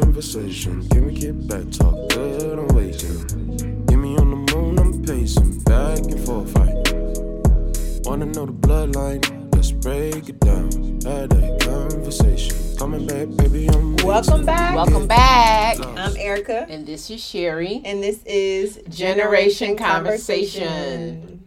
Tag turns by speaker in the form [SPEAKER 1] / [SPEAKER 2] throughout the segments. [SPEAKER 1] conversation. Give me get back, talk good, I'm waiting. Give me on the moon, I'm pacing back and forth. I wanna know the bloodline, let's break it down. Had a conversation. Coming back, baby, I'm
[SPEAKER 2] Welcome back.
[SPEAKER 3] Welcome back.
[SPEAKER 2] I'm Erica,
[SPEAKER 3] And this is Sherry.
[SPEAKER 2] and this is
[SPEAKER 3] Generation Conversation.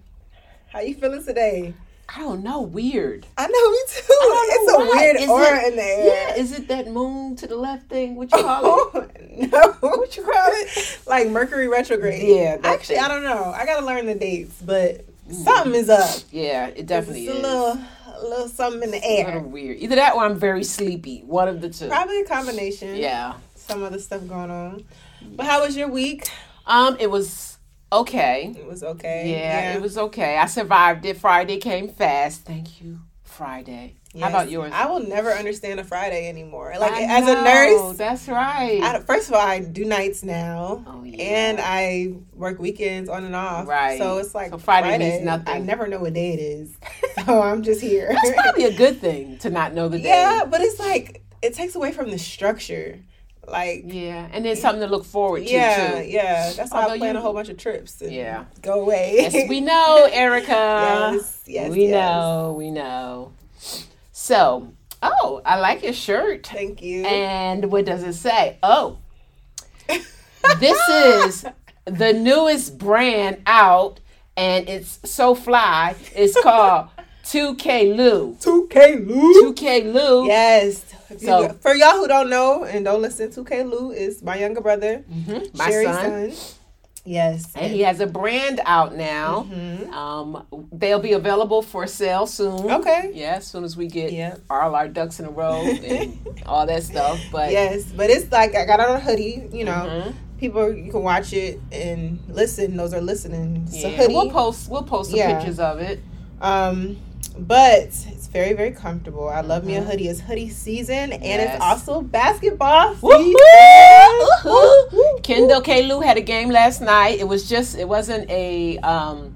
[SPEAKER 2] How you feeling today?
[SPEAKER 3] I don't know, weird.
[SPEAKER 2] I know me too.
[SPEAKER 3] I don't
[SPEAKER 2] It's
[SPEAKER 3] know
[SPEAKER 2] a
[SPEAKER 3] why.
[SPEAKER 2] weird
[SPEAKER 3] Is
[SPEAKER 2] aura
[SPEAKER 3] it-
[SPEAKER 2] in the air.
[SPEAKER 3] Yeah, is it that moon to the left thing? What you call it?
[SPEAKER 2] Oh, no, what you call it? Like Mercury retrograde.
[SPEAKER 3] Yeah, that
[SPEAKER 2] actually,
[SPEAKER 3] thing.
[SPEAKER 2] I don't know. I gotta learn the dates, but something is up.
[SPEAKER 3] Yeah, it definitely
[SPEAKER 2] it's
[SPEAKER 3] is.
[SPEAKER 2] a little, a little something in the
[SPEAKER 3] It's a little
[SPEAKER 2] air.
[SPEAKER 3] weird. Either that or I'm very sleepy. One of the two.
[SPEAKER 2] Probably a combination.
[SPEAKER 3] Yeah.
[SPEAKER 2] some other stuff going on. But how was your week?
[SPEAKER 3] Um, it was okay.
[SPEAKER 2] It was okay.
[SPEAKER 3] Yeah, it was okay. I survived it. Friday came fast. Thank you. Friday. How
[SPEAKER 2] Yes.
[SPEAKER 3] about yours?
[SPEAKER 2] I will never understand a Friday anymore. Like
[SPEAKER 3] I
[SPEAKER 2] as a
[SPEAKER 3] know,
[SPEAKER 2] nurse,
[SPEAKER 3] That's right.
[SPEAKER 2] I, first of all, I do nights now,
[SPEAKER 3] Oh, yeah.
[SPEAKER 2] and I work weekends on and off.
[SPEAKER 3] Right.
[SPEAKER 2] So it's like
[SPEAKER 3] So Friday means nothing.
[SPEAKER 2] I never know what day it is, so I'm just here.
[SPEAKER 3] That's probably a good thing to not know the day.
[SPEAKER 2] yeah, but it's like it takes away from the structure. Like
[SPEAKER 3] Yeah, and then something to look forward to
[SPEAKER 2] yeah,
[SPEAKER 3] too.
[SPEAKER 2] yeah. That's why I
[SPEAKER 3] Although
[SPEAKER 2] plan
[SPEAKER 3] you-
[SPEAKER 2] a whole bunch of trips. And
[SPEAKER 3] Yeah.
[SPEAKER 2] Go away.
[SPEAKER 3] Yes, we know, Erica.
[SPEAKER 2] Yes, yes,
[SPEAKER 3] we
[SPEAKER 2] yes.
[SPEAKER 3] know, we know. So, oh, I like your shirt.
[SPEAKER 2] Thank you.
[SPEAKER 3] And what does it say? Oh, this is the newest brand out, and it's so fly. It's called 2K Lou.
[SPEAKER 2] 2K Lou.
[SPEAKER 3] 2K Lou.
[SPEAKER 2] Yes. If you-
[SPEAKER 3] So-
[SPEAKER 2] for y'all who don't know and don't listen, 2K Lou is my younger brother,
[SPEAKER 3] Mhm, my
[SPEAKER 2] Sherry's
[SPEAKER 3] son.
[SPEAKER 2] Yes.
[SPEAKER 3] And he has a brand out now.
[SPEAKER 2] Mm-hmm.
[SPEAKER 3] Um, they'll be available for sale soon.
[SPEAKER 2] Okay.
[SPEAKER 3] Yeah, as soon as we get
[SPEAKER 2] Yep.
[SPEAKER 3] all our ducks in a row and all that stuff. But
[SPEAKER 2] Yes, but it's like I got on a hoodie. You know,
[SPEAKER 3] Mhm.
[SPEAKER 2] people you can watch it and listen. Those are listening. It's a
[SPEAKER 3] yeah,
[SPEAKER 2] hoodie.
[SPEAKER 3] we'll post we'll post some
[SPEAKER 2] Yeah.
[SPEAKER 3] pictures of it.
[SPEAKER 2] um, but it's very very comfortable. I love me a
[SPEAKER 3] Mhm.
[SPEAKER 2] hoodie. It's hoodie season, and
[SPEAKER 3] Yes.
[SPEAKER 2] it's also basketball
[SPEAKER 3] Woo-hoo!
[SPEAKER 2] season.
[SPEAKER 3] Woo-hoo!
[SPEAKER 2] Woo-hoo!
[SPEAKER 3] Kendall K. Lou had a game last night. It was just it wasn't a um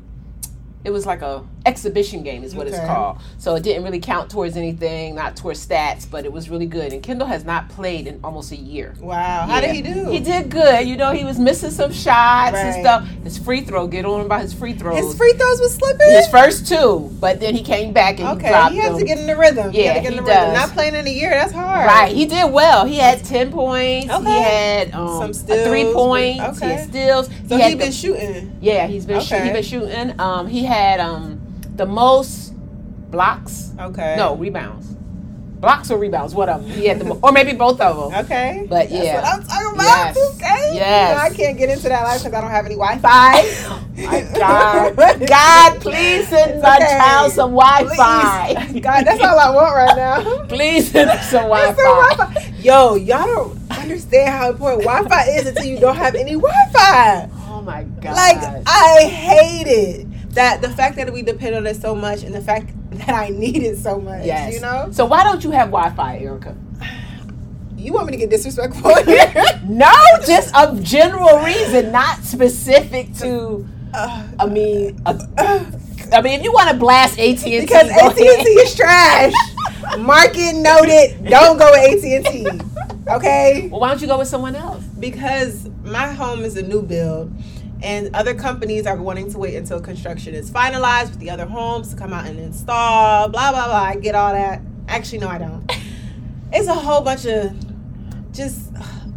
[SPEAKER 3] it was like a exhibition game is what it's
[SPEAKER 2] Okay.
[SPEAKER 3] called. So it didn't really count towards anything, not towards stats, but it was really good. And Kendall has not played in almost a year.
[SPEAKER 2] Wow, how did he
[SPEAKER 3] Yeah.
[SPEAKER 2] do?
[SPEAKER 3] He did good. You know, he was missing some shots and
[SPEAKER 2] Right.
[SPEAKER 3] stuff. His free throw, get on about his free throws.
[SPEAKER 2] His free throws was slipping.
[SPEAKER 3] His first two, but then he came back and he
[SPEAKER 2] Okay,
[SPEAKER 3] dropped
[SPEAKER 2] he has
[SPEAKER 3] them.
[SPEAKER 2] to get in the rhythm.
[SPEAKER 3] Yeah,
[SPEAKER 2] he, gotta get in
[SPEAKER 3] he
[SPEAKER 2] the rhythm.
[SPEAKER 3] does.
[SPEAKER 2] Not playing in a year, that's hard.
[SPEAKER 3] Right, he did well. He had ten points.
[SPEAKER 2] Okay.
[SPEAKER 3] He had um,
[SPEAKER 2] Some
[SPEAKER 3] a
[SPEAKER 2] steals,
[SPEAKER 3] three
[SPEAKER 2] but-
[SPEAKER 3] points. He
[SPEAKER 2] okay.
[SPEAKER 3] had steals.
[SPEAKER 2] So
[SPEAKER 3] he
[SPEAKER 2] he
[SPEAKER 3] had
[SPEAKER 2] has
[SPEAKER 3] the-
[SPEAKER 2] been shooting.
[SPEAKER 3] yeah, he's been shooting.
[SPEAKER 2] Okay.
[SPEAKER 3] He's been shooting. Um, he had um the most blocks.
[SPEAKER 2] Okay.
[SPEAKER 3] No rebounds, blocks or rebounds. What of 'em. He had the mo- or maybe both of them.
[SPEAKER 2] Okay.
[SPEAKER 3] But yeah.
[SPEAKER 2] That's what I'm talking about.
[SPEAKER 3] Yes.
[SPEAKER 2] Okay.
[SPEAKER 3] Yes.
[SPEAKER 2] You know, I can't get into that life because I don't have any Wi-Fi.
[SPEAKER 3] My God, God, please send
[SPEAKER 2] It's
[SPEAKER 3] my
[SPEAKER 2] okay.
[SPEAKER 3] child some Wi-Fi.
[SPEAKER 2] Please. God, that's all I want right now.
[SPEAKER 3] Please send him some
[SPEAKER 2] It's the
[SPEAKER 3] Wi-Fi.
[SPEAKER 2] Wi-Fi. Yo, y'all don't understand how important Wi-Fi is until you don't have any Wi-Fi.
[SPEAKER 3] Oh my God!
[SPEAKER 2] Like I hate it that the fact that we depend on it so much, and the fact that I need it so much.
[SPEAKER 3] yes.
[SPEAKER 2] You know,
[SPEAKER 3] So why don't you have Wi-Fi, Erica?
[SPEAKER 2] you want me to get disrespectful? here?
[SPEAKER 3] No, just a general reason, not specific to.
[SPEAKER 2] Ugh.
[SPEAKER 3] I mean, a, I mean, if you want to blast AT and
[SPEAKER 2] because AT and T is trash. Market noted. Don't go with AT and T. Okay.
[SPEAKER 3] Well, why don't you go with someone else?
[SPEAKER 2] Because my home is a new build, and other companies are wanting to wait until construction is finalized with the other homes to come out and install. Blah blah blah. I get all that. Actually, no, I don't. It's a whole bunch of just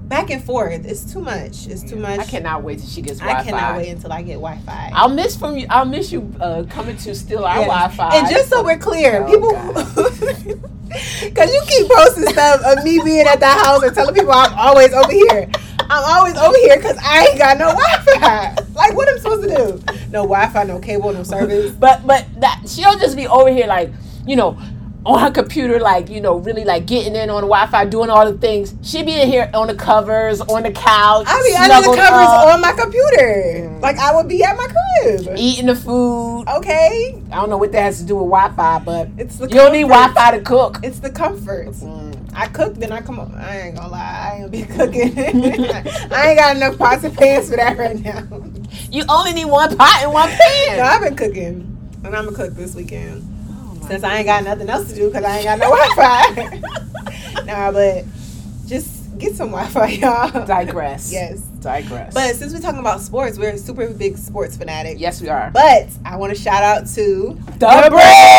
[SPEAKER 2] back and forth. It's too much. It's too much.
[SPEAKER 3] I cannot wait till she gets Wi-Fi.
[SPEAKER 2] I cannot wait until I get Wi-Fi.
[SPEAKER 3] I'll miss from you. I'll miss you uh, coming to steal our
[SPEAKER 2] Yes.
[SPEAKER 3] Wi-Fi.
[SPEAKER 2] And just so we're clear,
[SPEAKER 3] Oh,
[SPEAKER 2] people, because you keep posting stuff of me being at the house or telling people I'm always over here. I'm always over here because I ain't got no Wi-Fi. Like, what am I supposed to do? No Wi-Fi, no cable, no service.
[SPEAKER 3] But but that she'll just be over here like you know on her computer like you know really like getting in on Wi-Fi doing all the things. She be in here on the covers on the couch.
[SPEAKER 2] I be under the
[SPEAKER 3] snuggled
[SPEAKER 2] covers
[SPEAKER 3] up, Mm. E-
[SPEAKER 2] on my computer. Like, I would be at my crib.
[SPEAKER 3] eating the food.
[SPEAKER 2] Okay,
[SPEAKER 3] I don't know what that has to do with Wi-Fi, but
[SPEAKER 2] it's the
[SPEAKER 3] you don't need
[SPEAKER 2] comfort.
[SPEAKER 3] Wi-Fi to cook.
[SPEAKER 2] It's the comfort.
[SPEAKER 3] Mm.
[SPEAKER 2] I cook, then I come up. I ain't gonna lie, I ain't be cooking. I ain't got enough pots and pans for that right now.
[SPEAKER 3] You only need one pot and one pan.
[SPEAKER 2] No, I've been cooking, and I'm gonna cook this weekend since I ain't got nothing else to do because I ain't got no Wi-Fi. nah, but just Get some Wi Fi, y'all.
[SPEAKER 3] Digress.
[SPEAKER 2] yes.
[SPEAKER 3] Digress.
[SPEAKER 2] But since we're talking about sports, we're super big sports fanatic.
[SPEAKER 3] yes, we are.
[SPEAKER 2] But I want to shout out to
[SPEAKER 3] the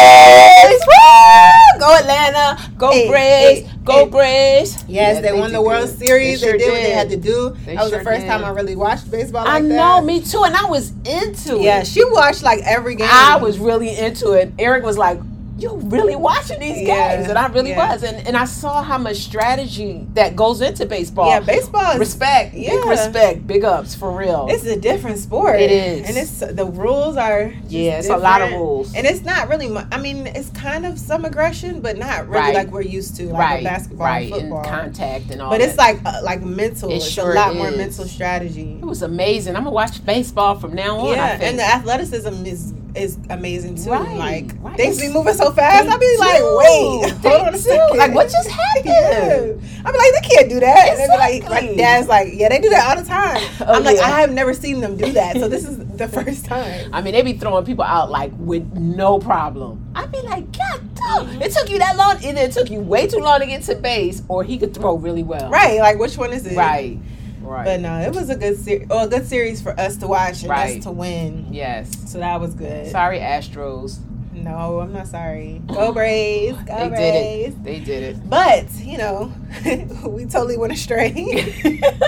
[SPEAKER 3] Braves. Woo! Go Atlanta. Go
[SPEAKER 2] Hey,
[SPEAKER 3] Braves.
[SPEAKER 2] hey,
[SPEAKER 3] go
[SPEAKER 2] hey.
[SPEAKER 3] Braves.
[SPEAKER 2] Yes,
[SPEAKER 3] Yeah,
[SPEAKER 2] they, won the
[SPEAKER 3] did
[SPEAKER 2] World
[SPEAKER 3] good.
[SPEAKER 2] Series. They,
[SPEAKER 3] sure
[SPEAKER 2] did, what they had to do.
[SPEAKER 3] They
[SPEAKER 2] that was
[SPEAKER 3] sure
[SPEAKER 2] the first
[SPEAKER 3] did.
[SPEAKER 2] time I really watched baseball. Like
[SPEAKER 3] I
[SPEAKER 2] that.
[SPEAKER 3] know, me too. And I was into it.
[SPEAKER 2] Yeah, she watched like every game.
[SPEAKER 3] I was really into it. Eric was like, "You really watching these
[SPEAKER 2] Yeah,
[SPEAKER 3] games?" And I really
[SPEAKER 2] yeah.
[SPEAKER 3] was. And and I saw how much strategy that goes into baseball.
[SPEAKER 2] Yeah, baseball. Is,
[SPEAKER 3] respect. Big
[SPEAKER 2] yeah.
[SPEAKER 3] respect. Big ups for real.
[SPEAKER 2] it's a different sport.
[SPEAKER 3] It is.
[SPEAKER 2] and it's the rules are. just
[SPEAKER 3] yeah, it's a lot of
[SPEAKER 2] different.
[SPEAKER 3] rules.
[SPEAKER 2] And it's not really. mu- I mean, it's kind of some aggression, but not really
[SPEAKER 3] Right.
[SPEAKER 2] like we're used to, like
[SPEAKER 3] right.
[SPEAKER 2] with basketball,
[SPEAKER 3] right.
[SPEAKER 2] and football.
[SPEAKER 3] And contact and all.
[SPEAKER 2] but it's
[SPEAKER 3] that.
[SPEAKER 2] like uh, like mental.
[SPEAKER 3] It
[SPEAKER 2] it's
[SPEAKER 3] sure
[SPEAKER 2] a lot more
[SPEAKER 3] is.
[SPEAKER 2] mental strategy.
[SPEAKER 3] it was amazing. I'm gonna watch baseball from now on. I
[SPEAKER 2] Yeah,
[SPEAKER 3] think.
[SPEAKER 2] and the athleticism is is amazing too.
[SPEAKER 3] Right,
[SPEAKER 2] Like
[SPEAKER 3] right.
[SPEAKER 2] they be moving so fast.
[SPEAKER 3] They
[SPEAKER 2] I be like,
[SPEAKER 3] do.
[SPEAKER 2] wait,
[SPEAKER 3] They
[SPEAKER 2] hold on a
[SPEAKER 3] do.
[SPEAKER 2] second.
[SPEAKER 3] Like, what just happened?
[SPEAKER 2] I be like, they can't do that. And they be like,
[SPEAKER 3] Exactly.
[SPEAKER 2] my dad's like, yeah, they do that all the time.
[SPEAKER 3] Oh,
[SPEAKER 2] I'm like,
[SPEAKER 3] yeah.
[SPEAKER 2] I have never seen them do that. So this is the first time.
[SPEAKER 3] I mean, they be throwing people out like with no problem. I'd be like, God, damn,
[SPEAKER 2] Mm-hmm.
[SPEAKER 3] it took you that long. Either it took you way too long to get to base, or he could throw really well.
[SPEAKER 2] Right? Like, which one is it?
[SPEAKER 3] Right. Right.
[SPEAKER 2] But no, it was a good series. Well, a good series for us to watch and
[SPEAKER 3] Right.
[SPEAKER 2] us to win.
[SPEAKER 3] yes.
[SPEAKER 2] So that was good.
[SPEAKER 3] Sorry, Astros.
[SPEAKER 2] No, I'm not sorry. Go Braves. Go
[SPEAKER 3] They
[SPEAKER 2] Braves.
[SPEAKER 3] did it. They did
[SPEAKER 2] But, you know, we totally went astray.
[SPEAKER 3] it.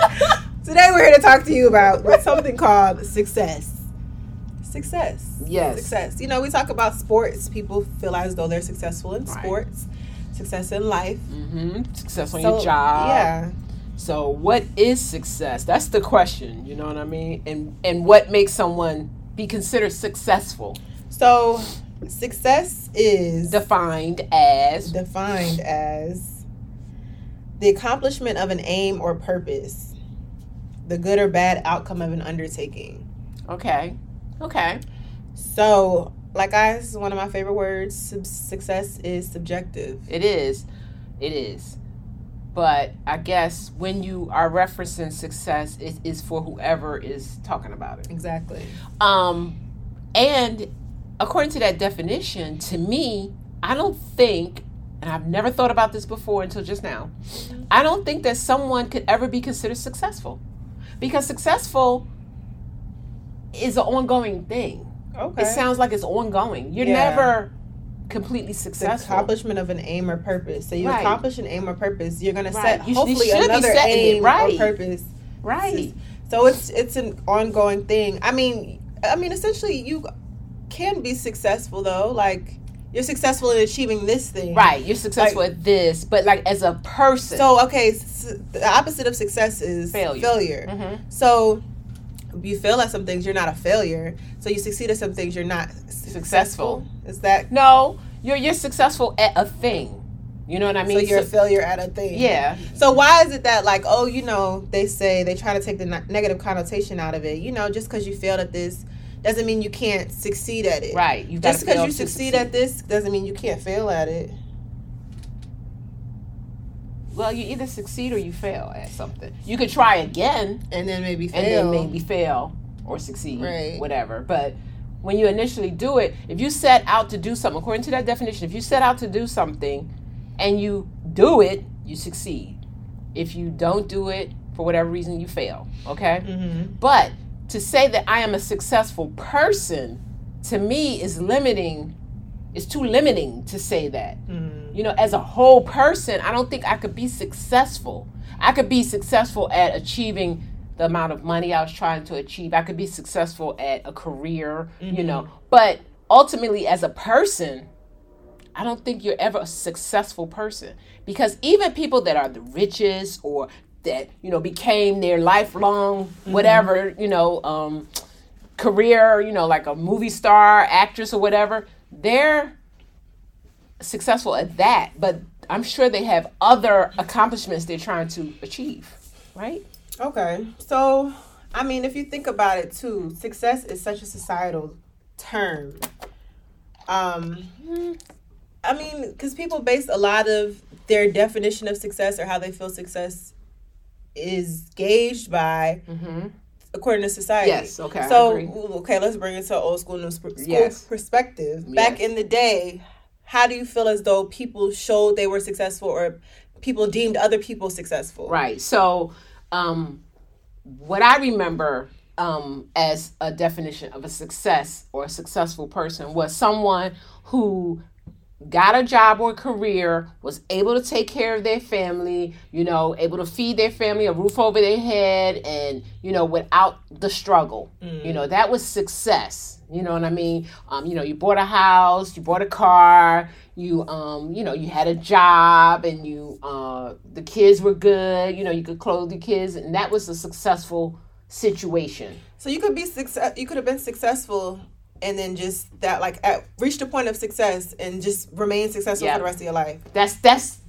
[SPEAKER 2] Today we're here to talk to you about what's something called success. Success.
[SPEAKER 3] Yes.
[SPEAKER 2] Success. You know, we talk about sports. People feel as though they're successful in
[SPEAKER 3] Right.
[SPEAKER 2] sports, success in life.
[SPEAKER 3] hmm Success on
[SPEAKER 2] So,
[SPEAKER 3] your job.
[SPEAKER 2] Yeah.
[SPEAKER 3] So, what is success? That's the question. You know what I mean? And and what makes someone be considered successful?
[SPEAKER 2] So success is
[SPEAKER 3] Defined as
[SPEAKER 2] defined as the accomplishment of an aim or purpose, the good or bad outcome of an undertaking.
[SPEAKER 3] okay, okay,
[SPEAKER 2] So, like I, this is one of my favorite words. sub- Success is subjective.
[SPEAKER 3] it is, it is. But I guess when you are referencing success, it is for whoever is talking about it.
[SPEAKER 2] Exactly.
[SPEAKER 3] Um, and according to that definition, to me, I don't think, and I've never thought about this before until just now,
[SPEAKER 2] Mm-hmm.
[SPEAKER 3] I don't think that someone could ever be considered successful because successful is an ongoing thing.
[SPEAKER 2] Okay.
[SPEAKER 3] It sounds like it's ongoing. You're
[SPEAKER 2] Yeah.
[SPEAKER 3] never completely
[SPEAKER 2] the
[SPEAKER 3] successful.
[SPEAKER 2] accomplishment of an aim or purpose. So you
[SPEAKER 3] Right.
[SPEAKER 2] accomplish an aim or purpose. You're gonna set
[SPEAKER 3] Right. You sh- you
[SPEAKER 2] hopefully
[SPEAKER 3] should be
[SPEAKER 2] another
[SPEAKER 3] setting it,
[SPEAKER 2] aim
[SPEAKER 3] right.
[SPEAKER 2] or purpose.
[SPEAKER 3] right.
[SPEAKER 2] So it's it's an ongoing thing. I mean, I mean, essentially, you can be successful though. Like you're successful in achieving this thing.
[SPEAKER 3] Right. You're successful at this, but like as a person.
[SPEAKER 2] So okay, s the opposite of success is
[SPEAKER 3] Failure.
[SPEAKER 2] Failure.
[SPEAKER 3] Mhm.
[SPEAKER 2] So you fail at some things, you're not a failure. So you succeed at some things, you're not
[SPEAKER 3] Successful.
[SPEAKER 2] successful. Is that
[SPEAKER 3] No, you're you're successful at a thing. You know what I mean?
[SPEAKER 2] so? You're a
[SPEAKER 3] So-
[SPEAKER 2] failure at a thing.
[SPEAKER 3] yeah.
[SPEAKER 2] So why is it that like oh you know they say they try to take the ne- negative connotation out of it? You know just because you failed at this doesn't mean you can't succeed at it.
[SPEAKER 3] Right. You
[SPEAKER 2] Just
[SPEAKER 3] gotta
[SPEAKER 2] because
[SPEAKER 3] fail
[SPEAKER 2] you
[SPEAKER 3] to
[SPEAKER 2] succeed, at this doesn't mean you can't fail at it.
[SPEAKER 3] Well, you either succeed or you fail at something. You could try again
[SPEAKER 2] And then maybe fail.
[SPEAKER 3] and then maybe fail or succeed,
[SPEAKER 2] Right.
[SPEAKER 3] whatever. But when you initially do it, if you set out to do something, according to that definition, if you set out to do something and you do it, you succeed. If you don't do it, for whatever reason, you fail. Okay?
[SPEAKER 2] Mhm.
[SPEAKER 3] But to say that I am a successful person to me is limiting, it's too limiting to say that.
[SPEAKER 2] Mm.
[SPEAKER 3] You know, as a whole person, I don't think I could be successful. I could be successful at achieving the amount of money I was trying to achieve. I could be successful at a career, you know. But ultimately, as a person, I don't think you're ever a successful person because even people that are the richest or that you know became their lifelong whatever you know um, career, you know, like a movie star, actress, or whatever, they're successful at that. But I'm sure they have other accomplishments they're trying to achieve, right?
[SPEAKER 2] Okay. So, I mean, if you think about it too, success is such a societal term. Um, I mean, because people base a lot of their definition of success or how they feel success is gauged by
[SPEAKER 3] Mm-hmm.
[SPEAKER 2] according to society.
[SPEAKER 3] Yes, okay, I
[SPEAKER 2] So,
[SPEAKER 3] agree.
[SPEAKER 2] ooh, okay, let's bring it to an old school, new sp- school
[SPEAKER 3] Yes.
[SPEAKER 2] perspective.
[SPEAKER 3] Yes.
[SPEAKER 2] Back in the day, how do you feel as though people showed they were successful or people deemed other people successful.
[SPEAKER 3] Right. So, um, what I remember um, as a definition of a success or a successful person was someone who got a job or career, was able to take care of their family, you know, able to feed their family, a roof over their head, and, you know, without the struggle. You know, that was success. You know what I mean? Um, you know, you bought a house, you bought a car, you um, you know, you had a job and you uh the kids were good, you know, you could clothe the kids and that was a successful situation.
[SPEAKER 2] So you could be success. You could have been successful, and then just that like at, reach the point of success and just remain successful
[SPEAKER 3] Yeah.
[SPEAKER 2] for the rest of your life.
[SPEAKER 3] That's that's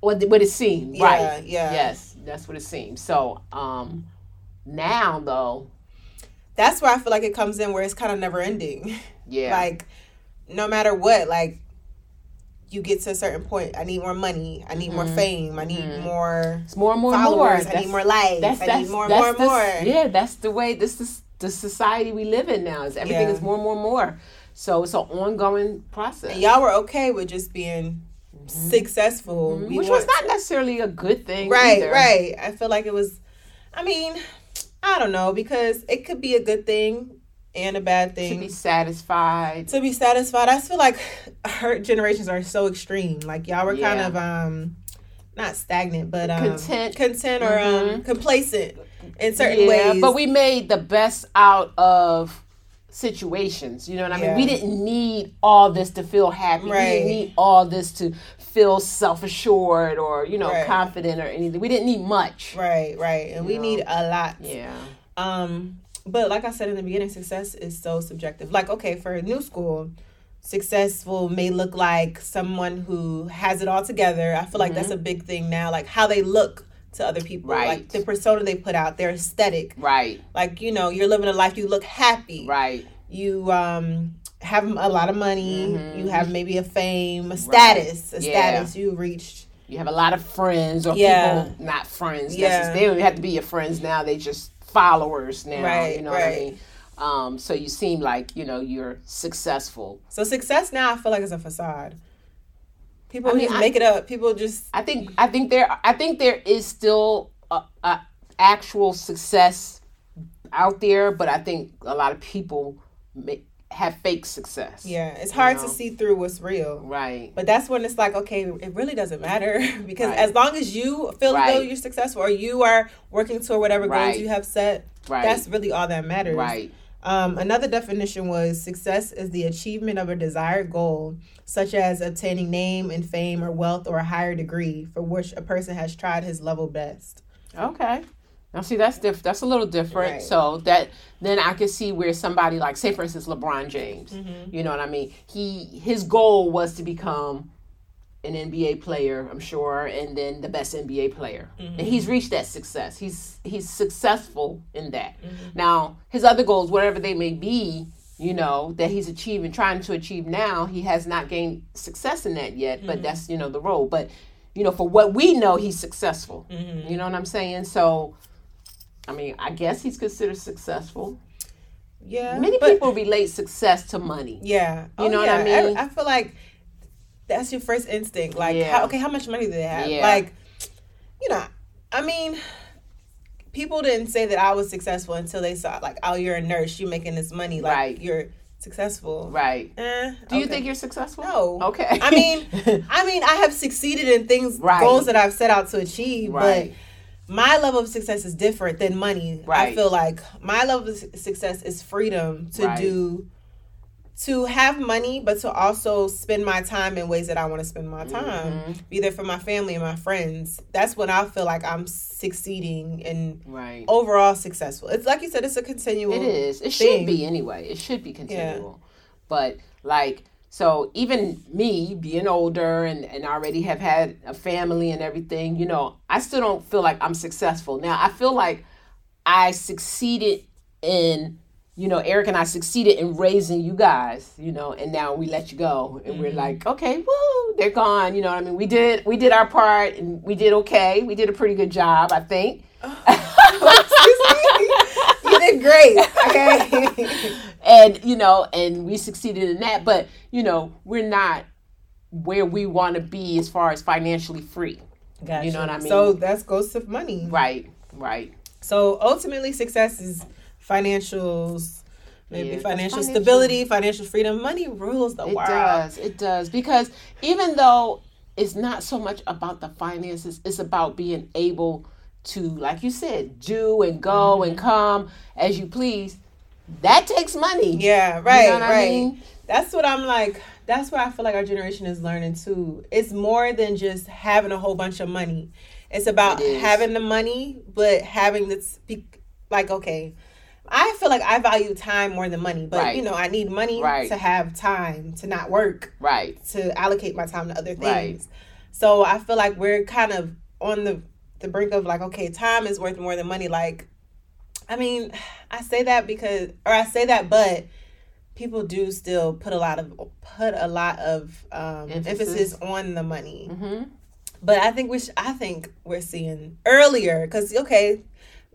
[SPEAKER 3] what what it seemed,
[SPEAKER 2] Yeah,
[SPEAKER 3] right?
[SPEAKER 2] yeah.
[SPEAKER 3] Yes, that's what it seems. So, um, now though,
[SPEAKER 2] That's where I feel like it comes in where it's kind of never ending.
[SPEAKER 3] yeah,
[SPEAKER 2] Like, no matter what, like you get to a certain point. I need more money. I need more fame. I need more
[SPEAKER 3] it's Mm-hmm. more and more and more.
[SPEAKER 2] followers. I
[SPEAKER 3] That's-
[SPEAKER 2] need more likes.
[SPEAKER 3] That's
[SPEAKER 2] I
[SPEAKER 3] that's
[SPEAKER 2] need more,
[SPEAKER 3] that's
[SPEAKER 2] more,
[SPEAKER 3] the-
[SPEAKER 2] more.
[SPEAKER 3] Yeah, that's the way. This is the society we live in now. Is everything
[SPEAKER 2] Yeah.
[SPEAKER 3] is more and more and more. So it's an ongoing process.
[SPEAKER 2] And y'all were okay with just being successful, We
[SPEAKER 3] Mm-hmm. Which was
[SPEAKER 2] want-
[SPEAKER 3] not necessarily a good thing,
[SPEAKER 2] right,
[SPEAKER 3] either.
[SPEAKER 2] right. I feel like it was. I mean, I don't know because it could be a good thing and a bad
[SPEAKER 3] To
[SPEAKER 2] thing.
[SPEAKER 3] be satisfied,
[SPEAKER 2] to be satisfied. I feel like her generations are so extreme. Like y'all were
[SPEAKER 3] Yeah.
[SPEAKER 2] kind of um not stagnant, but um,
[SPEAKER 3] Content. Mm-hmm.
[SPEAKER 2] content or um complacent in certain
[SPEAKER 3] yeah.
[SPEAKER 2] ways.
[SPEAKER 3] But we made the best out of situations. You know what I mean?
[SPEAKER 2] Yeah.
[SPEAKER 3] We didn't need all this to feel happy. We
[SPEAKER 2] Right.
[SPEAKER 3] didn't need all this to feel self assured or you know
[SPEAKER 2] Right.
[SPEAKER 3] confident or anything. We didn't need much.
[SPEAKER 2] right, right, and we
[SPEAKER 3] No.
[SPEAKER 2] need a lot.
[SPEAKER 3] Yeah.
[SPEAKER 2] Um, but like I said in the beginning, success is so subjective. Like okay, for a new school. Successful may look like someone who has it all together. I feel like that's a big thing now, like how they look to other people, like
[SPEAKER 3] Mm-hmm. Right.
[SPEAKER 2] the persona they put out, their aesthetic.
[SPEAKER 3] Right.
[SPEAKER 2] Like you know, you're living a life. You look happy.
[SPEAKER 3] Right.
[SPEAKER 2] you um have a lot of money you have maybe a fame a status a
[SPEAKER 3] Mm-hmm. Yeah.
[SPEAKER 2] status you reached
[SPEAKER 3] You have a lot of friends or
[SPEAKER 2] Yeah.
[SPEAKER 3] people not friends.
[SPEAKER 2] Yeah.
[SPEAKER 3] necessarily. They don't have to be your friends now. They just followers now.
[SPEAKER 2] Right,
[SPEAKER 3] you know what
[SPEAKER 2] right.
[SPEAKER 3] I mean? Um, so you seem like, you know, you're successful.
[SPEAKER 2] so success now i feel like is a facade people
[SPEAKER 3] I mean,
[SPEAKER 2] just
[SPEAKER 3] I-
[SPEAKER 2] make it up people just
[SPEAKER 3] I think I think there I think there is still a, a actual success out there, but I think a lot of people ma- have fake success.
[SPEAKER 2] yeah it's hard to
[SPEAKER 3] know.
[SPEAKER 2] see through what's real
[SPEAKER 3] Right.
[SPEAKER 2] but that's when it's like okay it really doesn't matter because
[SPEAKER 3] Right.
[SPEAKER 2] as long as you feel as though
[SPEAKER 3] Right.
[SPEAKER 2] you're successful or you are working toward whatever
[SPEAKER 3] Right.
[SPEAKER 2] goals you have set
[SPEAKER 3] Right.
[SPEAKER 2] that's really all that matters
[SPEAKER 3] right.
[SPEAKER 2] Um, another definition was success is the achievement of a desired goal, such as obtaining name and fame or wealth or a higher degree for which a person has tried his level best.
[SPEAKER 3] Okay. Now see that's diff- that's a little different.
[SPEAKER 2] Right.
[SPEAKER 3] So that then I can see where somebody like say for instance LeBron James, you know what I mean? He his goal was to become an NBA player, I'm sure, and then the best NBA player. And he's reached that success. He's he's successful in that. Now, his other goals whatever they may be, you know, that he's achieving trying to achieve now, he has not gained success in that yet, but that's, you know, the role. But you know, for what we know, he's successful. You know what I'm saying? So, I mean, I guess he's considered successful.
[SPEAKER 2] Yeah.
[SPEAKER 3] Many
[SPEAKER 2] but-
[SPEAKER 3] people relate success to money.
[SPEAKER 2] Yeah. Oh,
[SPEAKER 3] You know what I
[SPEAKER 2] yeah.
[SPEAKER 3] mean?
[SPEAKER 2] I, I feel like that's your first instinct. Like,
[SPEAKER 3] Yeah.
[SPEAKER 2] how, okay, how much money do they have?
[SPEAKER 3] Yeah.
[SPEAKER 2] Like, you know, I mean, people didn't say that I was successful until they saw, like, oh, you're a nurse, you're making this money, like,
[SPEAKER 3] Right.
[SPEAKER 2] you're successful.
[SPEAKER 3] Right.
[SPEAKER 2] Eh,
[SPEAKER 3] Do you
[SPEAKER 2] okay.
[SPEAKER 3] think you're successful?
[SPEAKER 2] No.
[SPEAKER 3] Okay.
[SPEAKER 2] I mean, I mean, I have succeeded in things,
[SPEAKER 3] Right.
[SPEAKER 2] goals that I've set out to achieve,
[SPEAKER 3] Right.
[SPEAKER 2] but my level of success is different than money. I
[SPEAKER 3] Right.
[SPEAKER 2] feel like my level of su- success is freedom to
[SPEAKER 3] Right.
[SPEAKER 2] do, to have money, but to also spend my time in ways that I want to spend my time,
[SPEAKER 3] Mm-hmm.
[SPEAKER 2] either for my family and my friends. That's when I feel like I'm succeeding and
[SPEAKER 3] right.
[SPEAKER 2] overall successful. It's like you said, it's a continual.
[SPEAKER 3] It is.
[SPEAKER 2] thing.
[SPEAKER 3] It should be anyway. It should be continual. But like so even me being older and, and already have had a family and everything, you know, I still don't feel like I'm successful. Now I feel like I succeeded in you know, Eric and I succeeded in raising you guys, you know, and now we let you go. And we're like, okay, woo, they're gone. You know what I mean? We did we did our part and we did okay. We did a pretty good job, I think.
[SPEAKER 2] you did great. Okay.
[SPEAKER 3] and you know and we succeeded in that but you know we're not where we want to be as far as financially free You know what I mean?
[SPEAKER 2] So that's goes to money.
[SPEAKER 3] Right, right.
[SPEAKER 2] So ultimately, success is financials, maybe
[SPEAKER 3] Yeah, that's
[SPEAKER 2] financial
[SPEAKER 3] financial.
[SPEAKER 2] stability, financial freedom. Money rules the
[SPEAKER 3] It
[SPEAKER 2] world.
[SPEAKER 3] does. It does. Because even though it's not so much about the finances, it's about being able to, like you said, do and go
[SPEAKER 2] Mm-hmm.
[SPEAKER 3] and come as you please. That takes money.
[SPEAKER 2] Yeah, right,
[SPEAKER 3] You know what I
[SPEAKER 2] right.
[SPEAKER 3] mean?
[SPEAKER 2] That's what I'm like. That's what I feel like our generation is learning too. It's more than just having a whole bunch of money. It's about
[SPEAKER 3] It is.
[SPEAKER 2] having the money, but having this be- like okay. I feel like I value time more than money, but
[SPEAKER 3] Right.
[SPEAKER 2] you know I need money
[SPEAKER 3] Right.
[SPEAKER 2] to have time to not work.
[SPEAKER 3] Right.
[SPEAKER 2] to allocate my time to other things.
[SPEAKER 3] Right.
[SPEAKER 2] So I feel like we're kind of on the the brink of like, okay, time is worth more than money. Like, I mean, I say that because, or I say that, but people do still put a lot of put a lot of um, emphasis.
[SPEAKER 3] Emphasis.
[SPEAKER 2] on the money.
[SPEAKER 3] hmm
[SPEAKER 2] But I think we sh- I think we're seeing earlier because okay.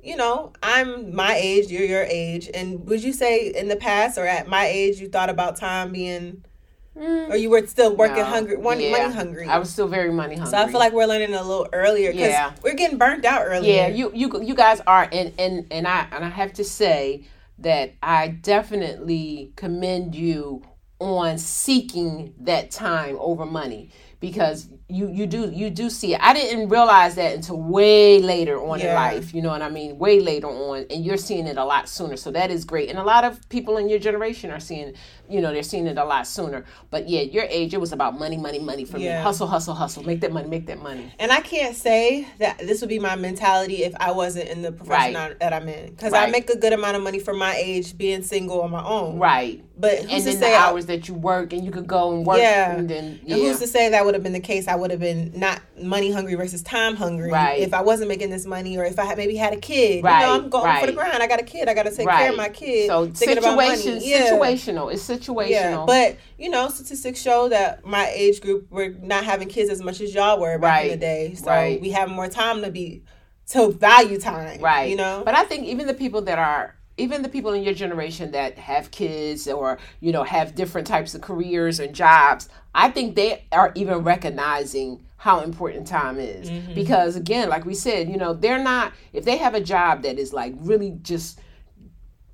[SPEAKER 2] You know, I'm my age, you're your age. And would you say in the past or at my age, you thought about time being or you were still working
[SPEAKER 3] No.
[SPEAKER 2] hungry, one,
[SPEAKER 3] Yeah.
[SPEAKER 2] money hungry.
[SPEAKER 3] I was still very money hungry.
[SPEAKER 2] so I feel like we're learning a little earlier because
[SPEAKER 3] Yeah.
[SPEAKER 2] we're getting burnt out earlier.
[SPEAKER 3] Yeah, you you you guys are, and and and I and I have to say that I definitely commend you on seeking that time over money because you you do you do see it. I didn't realize that until way later on in
[SPEAKER 2] Yeah.
[SPEAKER 3] life. You know what I mean? Way later on, and you're seeing it a lot sooner. So that is great, and a lot of people in your generation are seeing, you know, they're seeing it a lot sooner. But yeah, your age, it was about money, money, money for
[SPEAKER 2] Yeah.
[SPEAKER 3] me. Hustle, hustle, hustle. Make that money, make that money.
[SPEAKER 2] and I can't say that this would be my mentality if I wasn't in the profession
[SPEAKER 3] Right.
[SPEAKER 2] I, that I'm in because I
[SPEAKER 3] Right.
[SPEAKER 2] make a good amount of money for my age, being single on my own.
[SPEAKER 3] Right.
[SPEAKER 2] But who's to
[SPEAKER 3] and then
[SPEAKER 2] say
[SPEAKER 3] the
[SPEAKER 2] I-
[SPEAKER 3] hours that you work and you could go and work
[SPEAKER 2] Yeah.
[SPEAKER 3] and then yeah.
[SPEAKER 2] And who's to say that would have been the case? I would have been not money hungry versus time hungry.
[SPEAKER 3] Right.
[SPEAKER 2] If I wasn't making this money, or if I had maybe had a kid. You
[SPEAKER 3] Right,
[SPEAKER 2] know, I'm going for the
[SPEAKER 3] right.
[SPEAKER 2] grind. I got a kid. I got to take care of my kid.
[SPEAKER 3] So
[SPEAKER 2] Thinking about money.
[SPEAKER 3] situation,
[SPEAKER 2] Yeah.
[SPEAKER 3] situational. It's situational.
[SPEAKER 2] Yeah, but you know, statistics show that my age group were not having kids as much as y'all were back in the
[SPEAKER 3] Right,
[SPEAKER 2] day. So
[SPEAKER 3] right.
[SPEAKER 2] we have more time to be to value time.
[SPEAKER 3] right.
[SPEAKER 2] You know.
[SPEAKER 3] But I think even the people that are even the people in your generation that have kids or you know have different types of careers and jobs, I think they are even recognizing how important time is
[SPEAKER 2] Mm-hmm.
[SPEAKER 3] because again, like we said, you know, they're not if they have a job that is like really just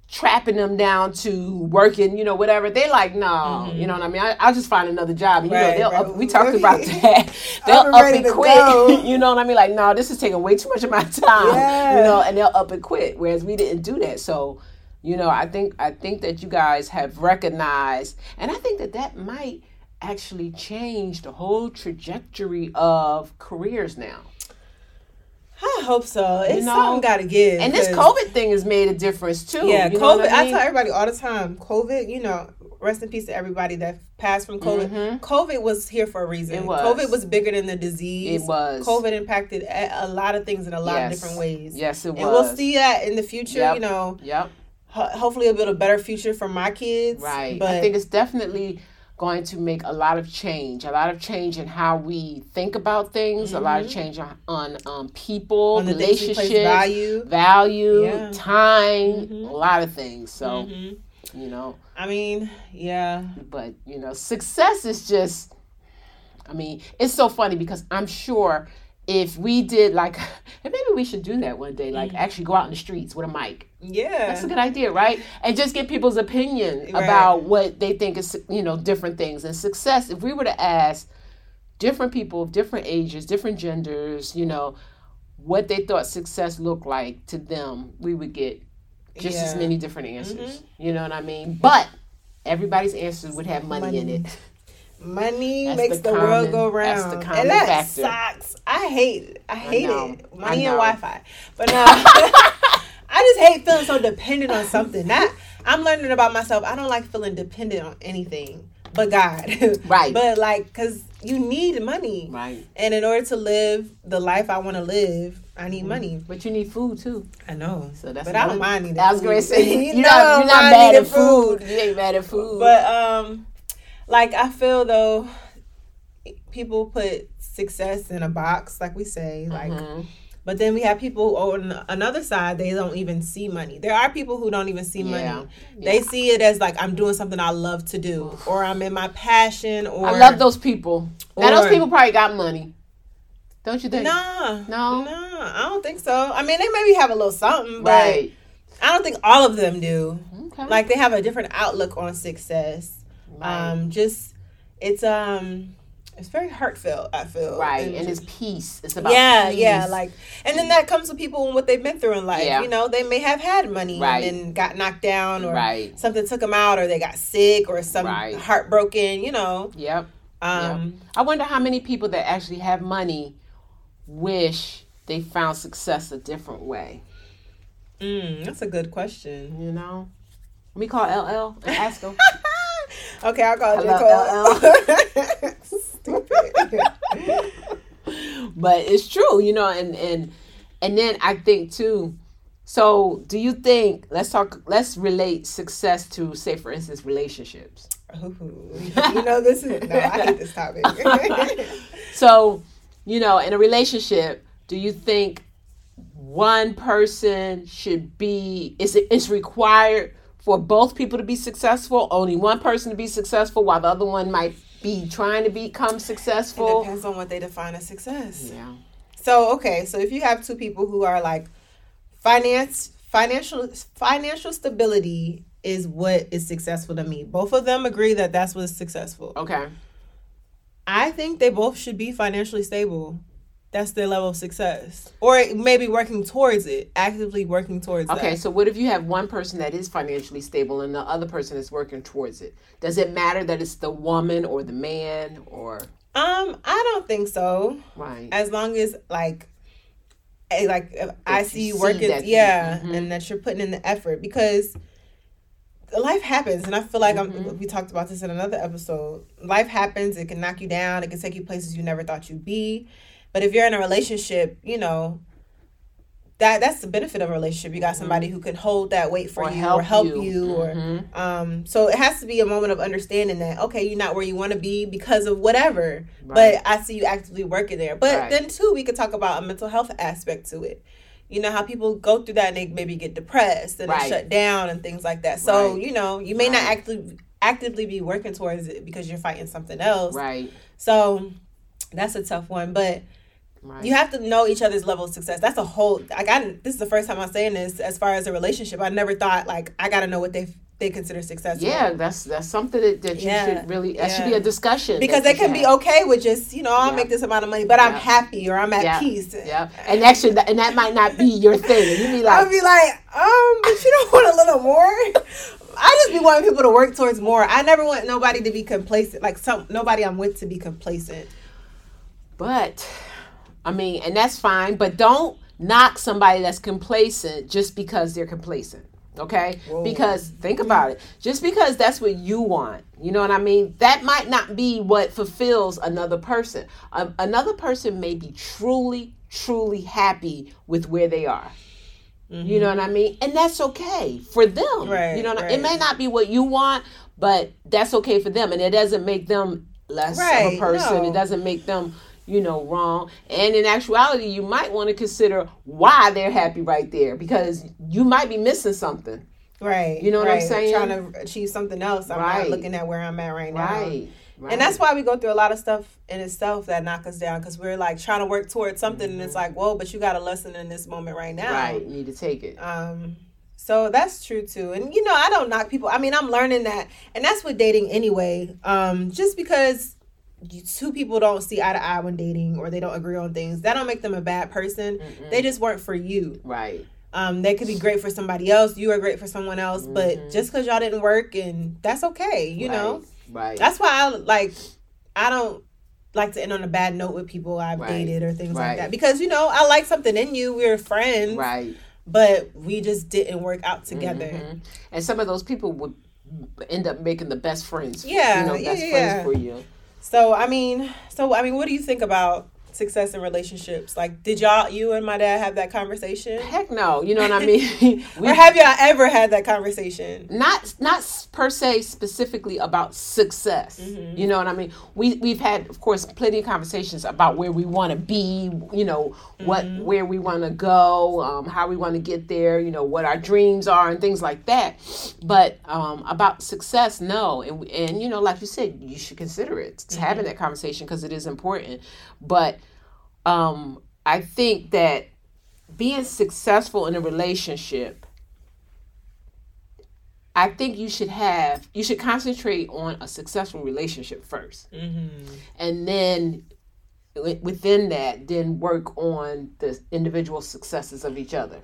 [SPEAKER 3] trapping them down to working, you know, whatever. They like, no, you know what I mean. I, I'll just find another job. And, you
[SPEAKER 2] Mm-hmm. Right,
[SPEAKER 3] know, they'll
[SPEAKER 2] right.
[SPEAKER 3] up, we talked about that. They'll
[SPEAKER 2] I'm
[SPEAKER 3] up
[SPEAKER 2] ready
[SPEAKER 3] and
[SPEAKER 2] to go.
[SPEAKER 3] quit. you know what I mean? Like, no, this is taking way too much of my time.
[SPEAKER 2] Yeah.
[SPEAKER 3] You know, and they'll up and quit. Whereas we didn't do that. So, you know, I think I think that you guys have recognized, and I think that that might actually change the whole trajectory of careers now.
[SPEAKER 2] I hope so. It's
[SPEAKER 3] know,
[SPEAKER 2] something got to give.
[SPEAKER 3] And this
[SPEAKER 2] 'cause-
[SPEAKER 3] COVID thing has made a difference too.
[SPEAKER 2] Yeah,
[SPEAKER 3] You know
[SPEAKER 2] COVID.
[SPEAKER 3] what
[SPEAKER 2] I,
[SPEAKER 3] mean?
[SPEAKER 2] tell everybody all the time, COVID. You know, rest in peace to everybody that passed from COVID. COVID was here for a reason.
[SPEAKER 3] Mm-hmm. It was.
[SPEAKER 2] COVID was bigger than the disease.
[SPEAKER 3] It was.
[SPEAKER 2] COVID impacted a, a lot of things in a lot of
[SPEAKER 3] Yes.
[SPEAKER 2] different ways.
[SPEAKER 3] Yes, it was.
[SPEAKER 2] And we'll see that in the future.
[SPEAKER 3] Yep.
[SPEAKER 2] You know,
[SPEAKER 3] Yep.
[SPEAKER 2] ho- hopefully it'll build a better future for my kids.
[SPEAKER 3] Right.
[SPEAKER 2] But
[SPEAKER 3] I think it's definitely going to make a lot of change, a lot of change in how we think about things, a lot of change on, on um, people,
[SPEAKER 2] Mm-hmm. on the things we place
[SPEAKER 3] relationships,
[SPEAKER 2] value.
[SPEAKER 3] value,
[SPEAKER 2] Yeah.
[SPEAKER 3] time,
[SPEAKER 2] Mhm.
[SPEAKER 3] a lot of things. So,
[SPEAKER 2] Mhm.
[SPEAKER 3] you know,
[SPEAKER 2] I mean, yeah.
[SPEAKER 3] but, you know, success is just, I mean, it's so funny because I'm sure if we did like, and maybe we should do that one day, like
[SPEAKER 2] Mm.
[SPEAKER 3] actually go out in the streets with a mic
[SPEAKER 2] Yeah.
[SPEAKER 3] that's a good idea, right? And just get people's opinion
[SPEAKER 2] Right.
[SPEAKER 3] about what they think is, you know, different things and success. If we were to ask different people of different ages, different genders, you know, what they thought success looked like to them, we would get just as
[SPEAKER 2] Yeah. Mm-hmm.
[SPEAKER 3] many different answers. You know what I mean? But everybody's answers would have money, in
[SPEAKER 2] Money.
[SPEAKER 3] it.
[SPEAKER 2] Money
[SPEAKER 3] That's
[SPEAKER 2] makes the,
[SPEAKER 3] the common-
[SPEAKER 2] world go round.
[SPEAKER 3] that's the common
[SPEAKER 2] and that
[SPEAKER 3] factor.
[SPEAKER 2] sucks. I hate it. I hate
[SPEAKER 3] know.
[SPEAKER 2] it. Money
[SPEAKER 3] I
[SPEAKER 2] and
[SPEAKER 3] know.
[SPEAKER 2] Wi Fi. But no I just hate feeling so dependent on something. Not I'm learning about myself. I don't like feeling dependent on anything but God.
[SPEAKER 3] Right.
[SPEAKER 2] but like cause you need money.
[SPEAKER 3] Right.
[SPEAKER 2] And in order to live the life I want to live, I need money.
[SPEAKER 3] But you need food too.
[SPEAKER 2] I know.
[SPEAKER 3] So Mm-hmm. that's
[SPEAKER 2] but I don't
[SPEAKER 3] another-
[SPEAKER 2] mind eating
[SPEAKER 3] I was
[SPEAKER 2] food.
[SPEAKER 3] gonna say
[SPEAKER 2] You
[SPEAKER 3] you're
[SPEAKER 2] know,
[SPEAKER 3] not, you're
[SPEAKER 2] I
[SPEAKER 3] not bad
[SPEAKER 2] needed
[SPEAKER 3] at food. You ain't bad at food.
[SPEAKER 2] But um, like I feel though, people put success in a box, like we say, like.
[SPEAKER 3] Mhm.
[SPEAKER 2] But then we have people on another side; they don't even see money. There are people who don't even see
[SPEAKER 3] Yeah.
[SPEAKER 2] money. They see it as like I'm doing something I love to do, or I'm in my passion, or
[SPEAKER 3] I love those people. now
[SPEAKER 2] or-
[SPEAKER 3] those people probably got money. Don't you think?
[SPEAKER 2] Nah,
[SPEAKER 3] No?
[SPEAKER 2] nah. I don't think so. I mean, they maybe have a little something, but
[SPEAKER 3] Right.
[SPEAKER 2] I don't think all of them do.
[SPEAKER 3] Okay.
[SPEAKER 2] Like they have a different outlook on success.
[SPEAKER 3] Right.
[SPEAKER 2] Um, just it's um, it's very heartfelt. I feel
[SPEAKER 3] right. And it's peace. It's about
[SPEAKER 2] mm. yeah,
[SPEAKER 3] peace.
[SPEAKER 2] yeah. Like, and then that comes with people and what they've been through in life.
[SPEAKER 3] Yeah.
[SPEAKER 2] You know, they may have had money
[SPEAKER 3] Right.
[SPEAKER 2] and then got knocked down, or
[SPEAKER 3] Right.
[SPEAKER 2] something took them out, or they got sick, or some
[SPEAKER 3] Right.
[SPEAKER 2] heartbroken. You know,
[SPEAKER 3] Yep.
[SPEAKER 2] um,
[SPEAKER 3] I wonder how many people that actually have money wish they found success a different way.
[SPEAKER 2] mm, that's a good question.
[SPEAKER 3] You know? Let me call LL and ask him.
[SPEAKER 2] okay, I'll call
[SPEAKER 3] Hello,
[SPEAKER 2] J. Cole. Stupid.
[SPEAKER 3] but it's true, you know, and and and then I think too. So, do you think let's talk let's relate success to say for instance relationships.
[SPEAKER 2] Ooh, you know this is no. I hate this topic.
[SPEAKER 3] So, you know, in a relationship, do you think one person should be is it is required for both people to be successful, only one person to be successful while the other one might be trying to become
[SPEAKER 2] it
[SPEAKER 3] successful?
[SPEAKER 2] depends on what they define as success.
[SPEAKER 3] Yeah.
[SPEAKER 2] So okay, so if you have two people who are like finance financial financial stability is what is successful to me. Both of them agree that that's what's successful.
[SPEAKER 3] Okay.
[SPEAKER 2] I think they both should be financially stable. That's their level of success. Or maybe working towards it, actively working towards
[SPEAKER 3] Okay,
[SPEAKER 2] that.
[SPEAKER 3] so what if you have one person that is financially stable and the other person is working towards it? Does it matter that it's the woman or the man or
[SPEAKER 2] Um, I don't think so.
[SPEAKER 3] right?
[SPEAKER 2] as long as like eh, like if I
[SPEAKER 3] you
[SPEAKER 2] see you
[SPEAKER 3] see
[SPEAKER 2] working
[SPEAKER 3] that you- mm-hmm.
[SPEAKER 2] yeah and that you're putting in the effort because life happens and I feel like
[SPEAKER 3] Mm-hmm.
[SPEAKER 2] I'm we talked about this in another episode life happens it can knock you down it can take you places you never thought you'd be but if you're in a relationship you know that that's the benefit of a relationship you got somebody who can hold that weight for
[SPEAKER 3] Mm-hmm. Or
[SPEAKER 2] you
[SPEAKER 3] help
[SPEAKER 2] or help
[SPEAKER 3] you. Mm-hmm.
[SPEAKER 2] you, or um so it has to be a moment of understanding that okay you're not where you want to be because of whatever
[SPEAKER 3] Right.
[SPEAKER 2] but I see you actively working there. But
[SPEAKER 3] Right.
[SPEAKER 2] then too, we could talk about a mental health aspect to it. You know how people go through that and they maybe get depressed and
[SPEAKER 3] Right.
[SPEAKER 2] they shut down and things like that. So
[SPEAKER 3] Right.
[SPEAKER 2] you know you may not
[SPEAKER 3] Right.
[SPEAKER 2] actively actively be working towards it because you're fighting something else.
[SPEAKER 3] Right.
[SPEAKER 2] So that's a tough one, but.
[SPEAKER 3] Right.
[SPEAKER 2] You have to know each other's level of success. That's a whole. Like I, this is the first time I'm saying this. As far as a relationship, I never thought like I got to know what they they consider successful.
[SPEAKER 3] yeah, that's that's something that, that you
[SPEAKER 2] Yeah,
[SPEAKER 3] should really that should be
[SPEAKER 2] yeah.
[SPEAKER 3] a discussion
[SPEAKER 2] because
[SPEAKER 3] that
[SPEAKER 2] they
[SPEAKER 3] you should
[SPEAKER 2] can be
[SPEAKER 3] have.
[SPEAKER 2] okay with just you know I'll
[SPEAKER 3] Yeah.
[SPEAKER 2] make this amount of money, but I'm
[SPEAKER 3] Yeah.
[SPEAKER 2] happy or I'm at
[SPEAKER 3] Yeah.
[SPEAKER 2] peace.
[SPEAKER 3] Yeah, and actually, that- and that might not be your thing. You be
[SPEAKER 2] I'll
[SPEAKER 3] like,
[SPEAKER 2] be like, um, but you don't want a little more. I just be wanting people to work towards more. I never want nobody to be complacent, like some nobody I'm with to be complacent.
[SPEAKER 3] but I mean, and that's fine. But don't knock somebody that's complacent just because they're complacent. Okay, because think about it. Just because that's what you want, you know what I mean. That might not be what fulfills another person. Um, another person may be truly, truly happy with where they are. You know what I mean? And that's okay for them.
[SPEAKER 2] Mm-hmm. Right,
[SPEAKER 3] You know, what I- it
[SPEAKER 2] right.
[SPEAKER 3] may not be what you want, but that's okay for them, and it doesn't make them less of a
[SPEAKER 2] Right,
[SPEAKER 3] person.
[SPEAKER 2] no.
[SPEAKER 3] It doesn't make them, you know, wrong. And in actuality, you might want to consider why they're happy right there because you might be missing something.
[SPEAKER 2] Right.
[SPEAKER 3] You know what I'm
[SPEAKER 2] right.
[SPEAKER 3] saying?
[SPEAKER 2] Trying to achieve something else. I'm
[SPEAKER 3] Right.
[SPEAKER 2] not looking at where I'm at right now.
[SPEAKER 3] Right. right.
[SPEAKER 2] And that's why we go through a lot of stuff in itself that knock us down because we're like trying to work towards something and it's like, whoa, but you got a lesson in this moment right now.
[SPEAKER 3] Mm-hmm. right. You need to take it.
[SPEAKER 2] Um, so that's true too. And you know, I don't knock people. I mean, I'm learning that, and that's with dating anyway. Um, just because you, two people don't see eye to eye when dating or they don't agree on things, that don't make them a bad person. They just weren't for you.
[SPEAKER 3] Right.
[SPEAKER 2] Um, they could be great for somebody else. You are great for someone else, but just because y'all didn't work, and that's okay. You know,
[SPEAKER 3] Mm-hmm. Right.
[SPEAKER 2] that's why I like. I don't like to end on a bad note with people I've
[SPEAKER 3] Right.
[SPEAKER 2] dated or things
[SPEAKER 3] Right.
[SPEAKER 2] like that because you know I like something in you. We're friends
[SPEAKER 3] right.
[SPEAKER 2] but we just didn't work out together.
[SPEAKER 3] And some of those people would end up making the best friends.
[SPEAKER 2] Yeah,
[SPEAKER 3] You know,
[SPEAKER 2] yeah,
[SPEAKER 3] best
[SPEAKER 2] yeah.
[SPEAKER 3] friends for you.
[SPEAKER 2] So I mean, so I mean, what do you think about success in relationships? Like, did y'all, you and my dad, have that conversation,
[SPEAKER 3] Heck no. You know what I mean? we
[SPEAKER 2] or have y'all ever had that conversation?
[SPEAKER 3] not not s- per se specifically about success. You know what I mean? We we've had of course plenty of conversations about where we want to be, you know, what where we want to go, um, how we want to get there, you know, what our dreams are and things like that. But um, about success, no. And and you know like you said, you should consider it. It's having that conversation because it is important. But um, I think that being successful in a relationship, I think you should have you should concentrate on a successful relationship 1st Mm-hmm. and then wi- within that, then work on the individual successes of each other.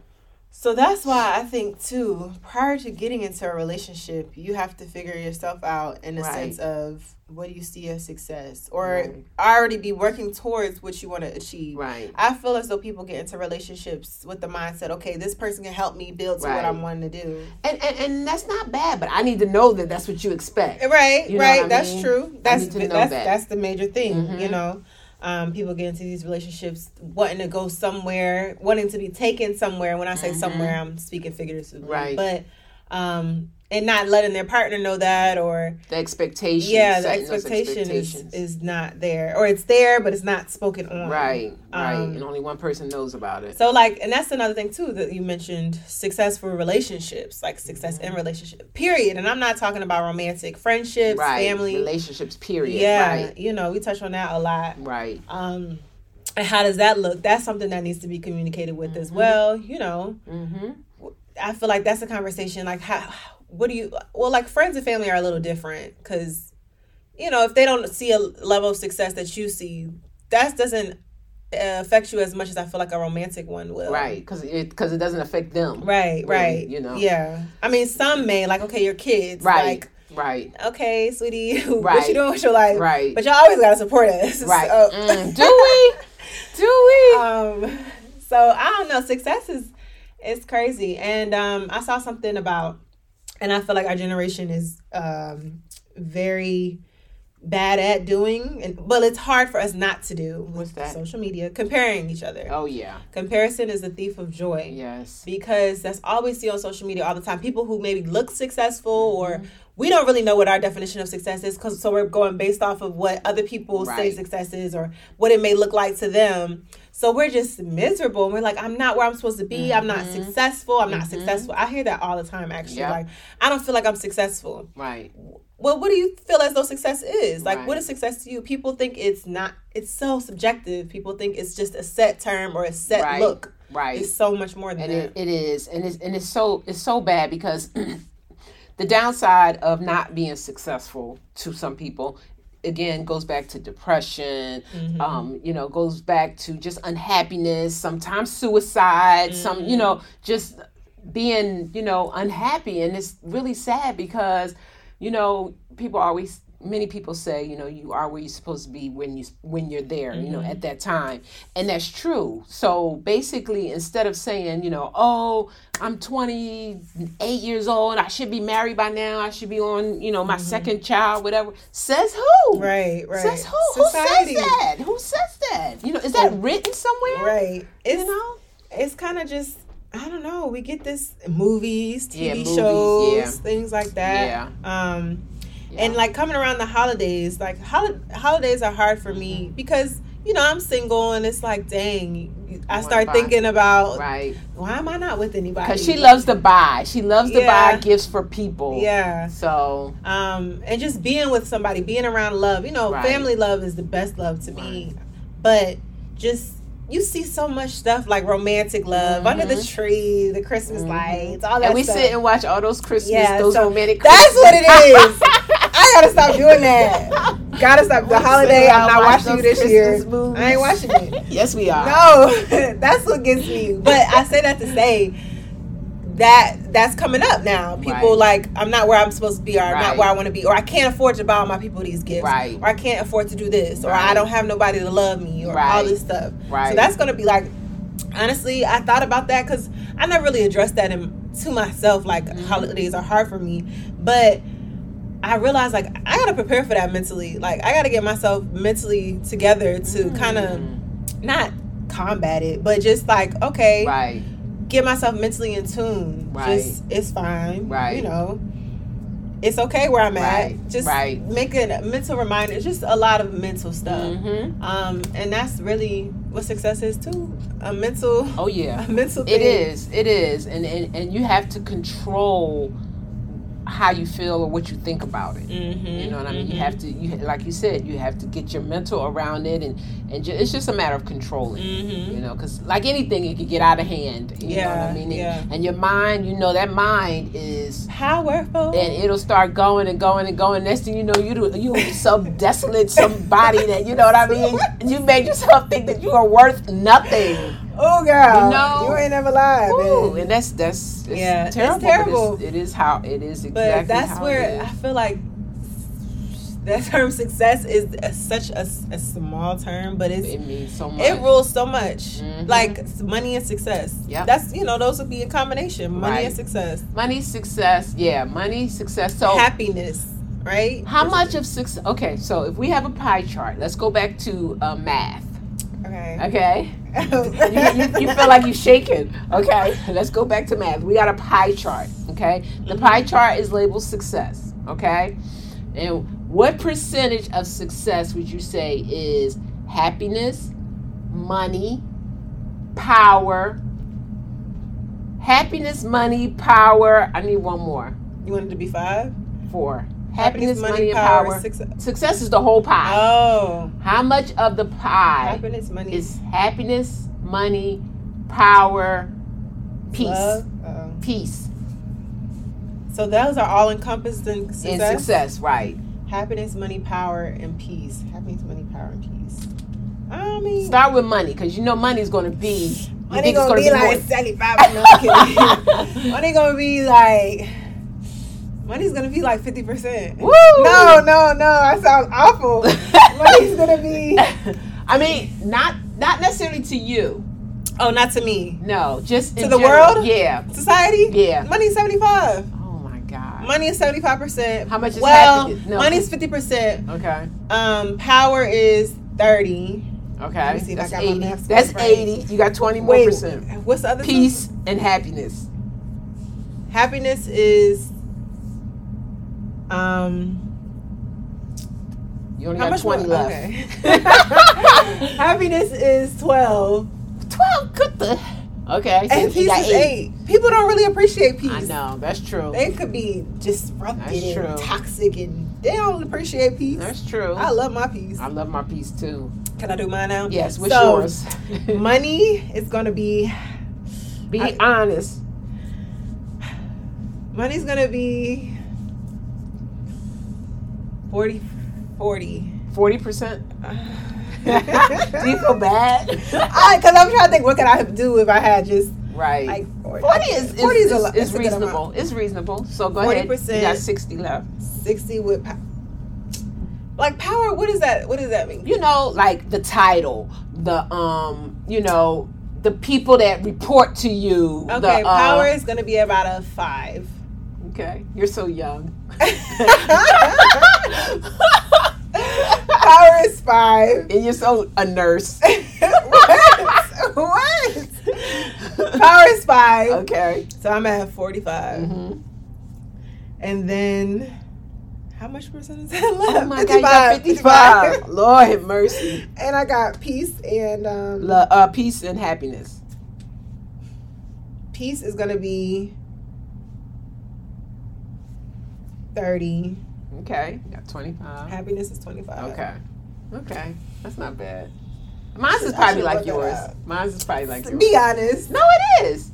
[SPEAKER 2] So that's why I think too, prior to getting into a relationship, you have to figure yourself out in a
[SPEAKER 3] Right.
[SPEAKER 2] sense of what do you see as success or
[SPEAKER 3] Right.
[SPEAKER 2] already be working towards what you want to achieve.
[SPEAKER 3] Right.
[SPEAKER 2] I feel as though people get into relationships with the mindset, okay, this person can help me build to
[SPEAKER 3] Right.
[SPEAKER 2] what I'm wanting to do.
[SPEAKER 3] And, and and that's not bad, but I need to know that that's what you expect.
[SPEAKER 2] Right,
[SPEAKER 3] You know what I
[SPEAKER 2] right. That's
[SPEAKER 3] mean?
[SPEAKER 2] true. That's
[SPEAKER 3] need to
[SPEAKER 2] the-
[SPEAKER 3] know
[SPEAKER 2] that's
[SPEAKER 3] that.
[SPEAKER 2] that's the major thing. You
[SPEAKER 3] Mhm.
[SPEAKER 2] know, um, people get into these relationships wanting to go somewhere, wanting to be taken somewhere. When I say
[SPEAKER 3] Mhm.
[SPEAKER 2] somewhere, I'm speaking figuratively.
[SPEAKER 3] Right.
[SPEAKER 2] But um, and not letting their partner know that, or
[SPEAKER 3] The expectation.
[SPEAKER 2] yeah, the
[SPEAKER 3] setting those
[SPEAKER 2] expectation is,
[SPEAKER 3] expectations.
[SPEAKER 2] is not there, or it's there but it's not spoken on.
[SPEAKER 3] right, right,
[SPEAKER 2] Um,
[SPEAKER 3] and only one person knows about it.
[SPEAKER 2] So like, and that's another thing too that you mentioned: successful relationships, like success
[SPEAKER 3] Mm-hmm.
[SPEAKER 2] in relationship. Period. And I'm not talking about romantic friendships,
[SPEAKER 3] right,
[SPEAKER 2] family.
[SPEAKER 3] relationships. Period.
[SPEAKER 2] yeah
[SPEAKER 3] Right.
[SPEAKER 2] you know we touch on that a lot
[SPEAKER 3] Right.
[SPEAKER 2] um and how does that look that's something that needs to be communicated with as well you know
[SPEAKER 3] Mm-hmm.
[SPEAKER 2] i feel like that's a conversation like how what do you well like friends and family are a little different because you know if they don't see a level of success that you see that doesn't uh, affect you as much as i feel like a romantic one will
[SPEAKER 3] Right. Because it because it doesn't affect them.
[SPEAKER 2] right right
[SPEAKER 3] you know.
[SPEAKER 2] yeah i mean some may like okay your kids
[SPEAKER 3] Right.
[SPEAKER 2] like
[SPEAKER 3] right.
[SPEAKER 2] okay sweetie what
[SPEAKER 3] Right.
[SPEAKER 2] you doing with your life
[SPEAKER 3] Right.
[SPEAKER 2] but y'all always gotta support us
[SPEAKER 3] right.
[SPEAKER 2] so-
[SPEAKER 3] Mm, do we? Do we?
[SPEAKER 2] um so i don't know success is it's crazy and um i saw something about and i feel like our generation is um very bad at doing and well it's hard for us not to do with
[SPEAKER 3] What's that?
[SPEAKER 2] social media comparing each other
[SPEAKER 3] oh yeah.
[SPEAKER 2] comparison is the thief of joy
[SPEAKER 3] Yes.
[SPEAKER 2] because that's all we see on social media all the time people who maybe look successful or
[SPEAKER 3] Mm-hmm.
[SPEAKER 2] we don't really know what our definition of success is 'cause- so we're going based off of what other people say
[SPEAKER 3] Right.
[SPEAKER 2] success is or what it may look like to them so we're just miserable we're like i'm not where i'm supposed to be i'm not successful i'm not successful i hear that all the time actually
[SPEAKER 3] Mm-hmm. Yep.
[SPEAKER 2] like i don't feel like i'm successful
[SPEAKER 3] Right.
[SPEAKER 2] well what do you feel as though success is like what
[SPEAKER 3] Right.
[SPEAKER 2] is success to you people think it's not it's so subjective people think it's just a set term or a set
[SPEAKER 3] Right.
[SPEAKER 2] look
[SPEAKER 3] Right.
[SPEAKER 2] it's so much more than
[SPEAKER 3] and
[SPEAKER 2] that
[SPEAKER 3] it, it is and it's and it's so it's so bad because the downside of not being successful to some people again goes back to depression um you know goes back to just unhappiness sometimes suicide some you know just being you know unhappy and it's really sad because you know people always many people say you know you are where you're supposed to be when you when you're there you
[SPEAKER 2] Mm-hmm.
[SPEAKER 3] know at that time and that's true so basically instead of saying you know oh i'm 28 years old i should be married by now i should be on you know my second child whatever says who
[SPEAKER 2] Mm-hmm. Right, right.
[SPEAKER 3] says who who says that who says that you know is that written somewhere
[SPEAKER 2] Right. It's
[SPEAKER 3] you know
[SPEAKER 2] it's kind of just I don't know. We get this movies, TV
[SPEAKER 3] Yeah, movies,
[SPEAKER 2] shows,
[SPEAKER 3] yeah.
[SPEAKER 2] things like that.
[SPEAKER 3] Yeah.
[SPEAKER 2] Um,
[SPEAKER 3] Yeah.
[SPEAKER 2] and like coming around the holidays, like hol- holidays are hard for me
[SPEAKER 3] Mm-hmm.
[SPEAKER 2] because you know I'm single and it's like, dang, I
[SPEAKER 3] wanna
[SPEAKER 2] start
[SPEAKER 3] buy-
[SPEAKER 2] thinking about
[SPEAKER 3] right
[SPEAKER 2] why am I not with anybody?
[SPEAKER 3] because she loves to buy she loves to
[SPEAKER 2] Yeah.
[SPEAKER 3] buy gifts for people
[SPEAKER 2] Yeah.
[SPEAKER 3] so
[SPEAKER 2] um, and just being with somebody, being around love. You know,
[SPEAKER 3] Right.
[SPEAKER 2] family love is the best love to me. But just you see so much stuff like romantic love under the tree, the Christmas lights, all that.
[SPEAKER 3] Mm-hmm. and we
[SPEAKER 2] stuff.
[SPEAKER 3] sit and watch all those Christmas,
[SPEAKER 2] Yeah,
[SPEAKER 3] those
[SPEAKER 2] so
[SPEAKER 3] romantic.
[SPEAKER 2] that's what it
[SPEAKER 3] Christmas-
[SPEAKER 2] is. I gotta stop doing that. Gotta stop the
[SPEAKER 3] We sit
[SPEAKER 2] holiday.
[SPEAKER 3] around,
[SPEAKER 2] I'm not
[SPEAKER 3] watch
[SPEAKER 2] watching you
[SPEAKER 3] those
[SPEAKER 2] this year.
[SPEAKER 3] Christmas movies.
[SPEAKER 2] I ain't watching it.
[SPEAKER 3] yes, we are.
[SPEAKER 2] No, that's what gets me. But I say that to say that that's coming up now. People
[SPEAKER 3] Right.
[SPEAKER 2] like I'm not where I'm supposed to be, or I'm not
[SPEAKER 3] Right.
[SPEAKER 2] where I want to be, or I can't afford to buy all my people these gifts,
[SPEAKER 3] Right.
[SPEAKER 2] or I can't afford to do this, or I
[SPEAKER 3] Right.
[SPEAKER 2] don't have nobody to love me, or all
[SPEAKER 3] Right.
[SPEAKER 2] this stuff. So
[SPEAKER 3] Right.
[SPEAKER 2] that's gonna be like, honestly, I thought about that because I never really addressed that in, to myself. Like
[SPEAKER 3] Mm-hmm.
[SPEAKER 2] holidays are hard for me, but I realized like I gotta prepare for that mentally. Like I gotta get myself mentally together to
[SPEAKER 3] Mm.
[SPEAKER 2] kind
[SPEAKER 3] Mm-hmm.
[SPEAKER 2] of not combat it, but just like okay,
[SPEAKER 3] Right,
[SPEAKER 2] get myself mentally in tune.
[SPEAKER 3] Right.
[SPEAKER 2] Just it's fine.
[SPEAKER 3] Right.
[SPEAKER 2] You know. It's okay where I'm at.
[SPEAKER 3] Right,
[SPEAKER 2] Just
[SPEAKER 3] right.
[SPEAKER 2] make it a mental reminder. It's just a lot of mental stuff.
[SPEAKER 3] Mhm.
[SPEAKER 2] Um, and that's really what success is too. A mental
[SPEAKER 3] oh yeah,
[SPEAKER 2] a mental
[SPEAKER 3] it
[SPEAKER 2] thing.
[SPEAKER 3] is, it is, and, and and you have to control how you feel or what you think about it.
[SPEAKER 2] Mm-hmm.
[SPEAKER 3] You know what I mean? You have to, you like you said, you have to get your mental around it, and and ju- it's just a matter of controlling. You
[SPEAKER 2] Mm-hmm.
[SPEAKER 3] know, because like anything, it could get out of hand. You know what
[SPEAKER 2] Yeah,
[SPEAKER 3] I mean? And,
[SPEAKER 2] yeah.
[SPEAKER 3] and your mind, you know, that mind is.
[SPEAKER 2] Powerful.
[SPEAKER 3] And it'll start going and going and going. Next thing you know, you do- you some desolate somebody that you know what I mean. You made yourself think that you are worth nothing.
[SPEAKER 2] oh, girl.
[SPEAKER 3] You know?
[SPEAKER 2] you ain't never lied,
[SPEAKER 3] Ooh,
[SPEAKER 2] man.
[SPEAKER 3] and that's that's it's
[SPEAKER 2] Yeah, it's
[SPEAKER 3] terrible. but
[SPEAKER 2] terrible.
[SPEAKER 3] It is how it is
[SPEAKER 2] But
[SPEAKER 3] exactly.
[SPEAKER 2] that's
[SPEAKER 3] how
[SPEAKER 2] where
[SPEAKER 3] it
[SPEAKER 2] I
[SPEAKER 3] is.
[SPEAKER 2] feel like that term success is a- such a, a small term, but it's
[SPEAKER 3] it means so much.
[SPEAKER 2] it rules so much.
[SPEAKER 3] Mhm.
[SPEAKER 2] Like s- money and success.
[SPEAKER 3] Yep.
[SPEAKER 2] That's you know those would be a combination. Money
[SPEAKER 3] Right.
[SPEAKER 2] and success,
[SPEAKER 3] money, success. Yeah, money, success. So
[SPEAKER 2] happiness, right?
[SPEAKER 3] how much of success? Okay, so if we have a pie chart, let's go back to uh, math.
[SPEAKER 2] Okay.
[SPEAKER 3] Okay. you, you, you feel like you're shaking. Okay, let's go back to math. We got a pie chart. Okay, the pie chart is labeled success. Okay, and what percentage of success would you say is happiness, money, power? Happiness, money, power. I need one more.
[SPEAKER 2] you wanted to be five.
[SPEAKER 3] Four. Happiness, money, and power. Uh,
[SPEAKER 2] Success.
[SPEAKER 3] Success is the whole pie.
[SPEAKER 2] Oh,
[SPEAKER 3] How much of the pie?
[SPEAKER 2] happiness, money,
[SPEAKER 3] is happiness, money, power, peace.
[SPEAKER 2] love. Oh.
[SPEAKER 3] Peace
[SPEAKER 2] So those are all encompassed in success.
[SPEAKER 3] and success, right?
[SPEAKER 2] Happiness, money, power, and peace. Happiness, money, power, and peace. I mean,
[SPEAKER 3] Start with money because you know money's going to be. you
[SPEAKER 2] money
[SPEAKER 3] think it's
[SPEAKER 2] gonna,
[SPEAKER 3] gonna
[SPEAKER 2] be, like
[SPEAKER 3] more-
[SPEAKER 2] seventy-five. No, I'm kidding. money gonna be like. Money's gonna be like fifty percent.
[SPEAKER 3] Woo!
[SPEAKER 2] No, no, no! I sound awful. Money's gonna be.
[SPEAKER 3] I mean, not not necessarily to you.
[SPEAKER 2] Oh, not to me.
[SPEAKER 3] No, just
[SPEAKER 2] To
[SPEAKER 3] in
[SPEAKER 2] the
[SPEAKER 3] general.
[SPEAKER 2] world?
[SPEAKER 3] Yeah.
[SPEAKER 2] Society.
[SPEAKER 3] Yeah.
[SPEAKER 2] Money's seventy-five.
[SPEAKER 3] Oh my God.
[SPEAKER 2] Money is seventy-five percent.
[SPEAKER 3] How much is
[SPEAKER 2] well?
[SPEAKER 3] happiness? No.
[SPEAKER 2] Money's fifty percent.
[SPEAKER 3] Okay.
[SPEAKER 2] Um, power is thirty. Let
[SPEAKER 3] Okay.
[SPEAKER 2] me see if I
[SPEAKER 3] That's
[SPEAKER 2] got my
[SPEAKER 3] eighty.
[SPEAKER 2] math
[SPEAKER 3] That's
[SPEAKER 2] right.
[SPEAKER 3] eighty. You got twenty more
[SPEAKER 2] Wait,
[SPEAKER 3] percent.
[SPEAKER 2] what's the other two?
[SPEAKER 3] Peace and happiness.
[SPEAKER 2] happiness is um
[SPEAKER 3] You only
[SPEAKER 2] how
[SPEAKER 3] got
[SPEAKER 2] much
[SPEAKER 3] twenty
[SPEAKER 2] more?
[SPEAKER 3] left.
[SPEAKER 2] Okay. happiness is 12
[SPEAKER 3] Twelve. Good. The. Okay. so
[SPEAKER 2] and
[SPEAKER 3] you
[SPEAKER 2] peace
[SPEAKER 3] got
[SPEAKER 2] is 8. people don't really appreciate peace
[SPEAKER 3] I know that's true.
[SPEAKER 2] they could be disrupted
[SPEAKER 3] That's
[SPEAKER 2] and
[SPEAKER 3] true.
[SPEAKER 2] toxic and they don't appreciate peace
[SPEAKER 3] That's true.
[SPEAKER 2] i love my peace
[SPEAKER 3] I love my piece too.
[SPEAKER 2] can i do mine now
[SPEAKER 3] Yes, what's
[SPEAKER 2] So,
[SPEAKER 3] yours?
[SPEAKER 2] money is gonna be
[SPEAKER 3] Be
[SPEAKER 2] I-
[SPEAKER 3] honest.
[SPEAKER 2] money's gonna be 40 40
[SPEAKER 3] Forty percent. Do you feel bad?
[SPEAKER 2] I, cause I'm trying to think, what could I do if I had just
[SPEAKER 3] right.
[SPEAKER 2] like 40?
[SPEAKER 3] Forty is is, is,
[SPEAKER 2] a lot.
[SPEAKER 3] is
[SPEAKER 2] It's a good amount.
[SPEAKER 3] reasonable. It's reasonable. So go ahead.
[SPEAKER 2] 40%.
[SPEAKER 3] You got sixty left.
[SPEAKER 2] 60 with power. Like power, what is that? What does that mean?
[SPEAKER 3] You know, like the title, the um, you know, the people that report to you. the,
[SPEAKER 2] Okay,
[SPEAKER 3] uh,
[SPEAKER 2] power is gonna be about a five.
[SPEAKER 3] Okay, you're so young.
[SPEAKER 2] power is five.
[SPEAKER 3] and you're so a nurse.
[SPEAKER 2] what? what? Power is five.
[SPEAKER 3] Okay.
[SPEAKER 2] So I'm at 45.
[SPEAKER 3] Mm-hmm.
[SPEAKER 2] And then how much percent is that left?
[SPEAKER 3] Oh my God, you're 55. Lord have mercy.
[SPEAKER 2] And I got peace and um
[SPEAKER 3] Lo- uh, peace and happiness.
[SPEAKER 2] peace is gonna be 30
[SPEAKER 3] Okay, you got 25.
[SPEAKER 2] happiness is 25
[SPEAKER 3] Okay, okay, that's not bad. Mine's is
[SPEAKER 2] should- I
[SPEAKER 3] probably
[SPEAKER 2] should
[SPEAKER 3] like
[SPEAKER 2] look that
[SPEAKER 3] yours.
[SPEAKER 2] up.
[SPEAKER 3] Mine's is probably like
[SPEAKER 2] To
[SPEAKER 3] yours.
[SPEAKER 2] be honest
[SPEAKER 3] No, it is.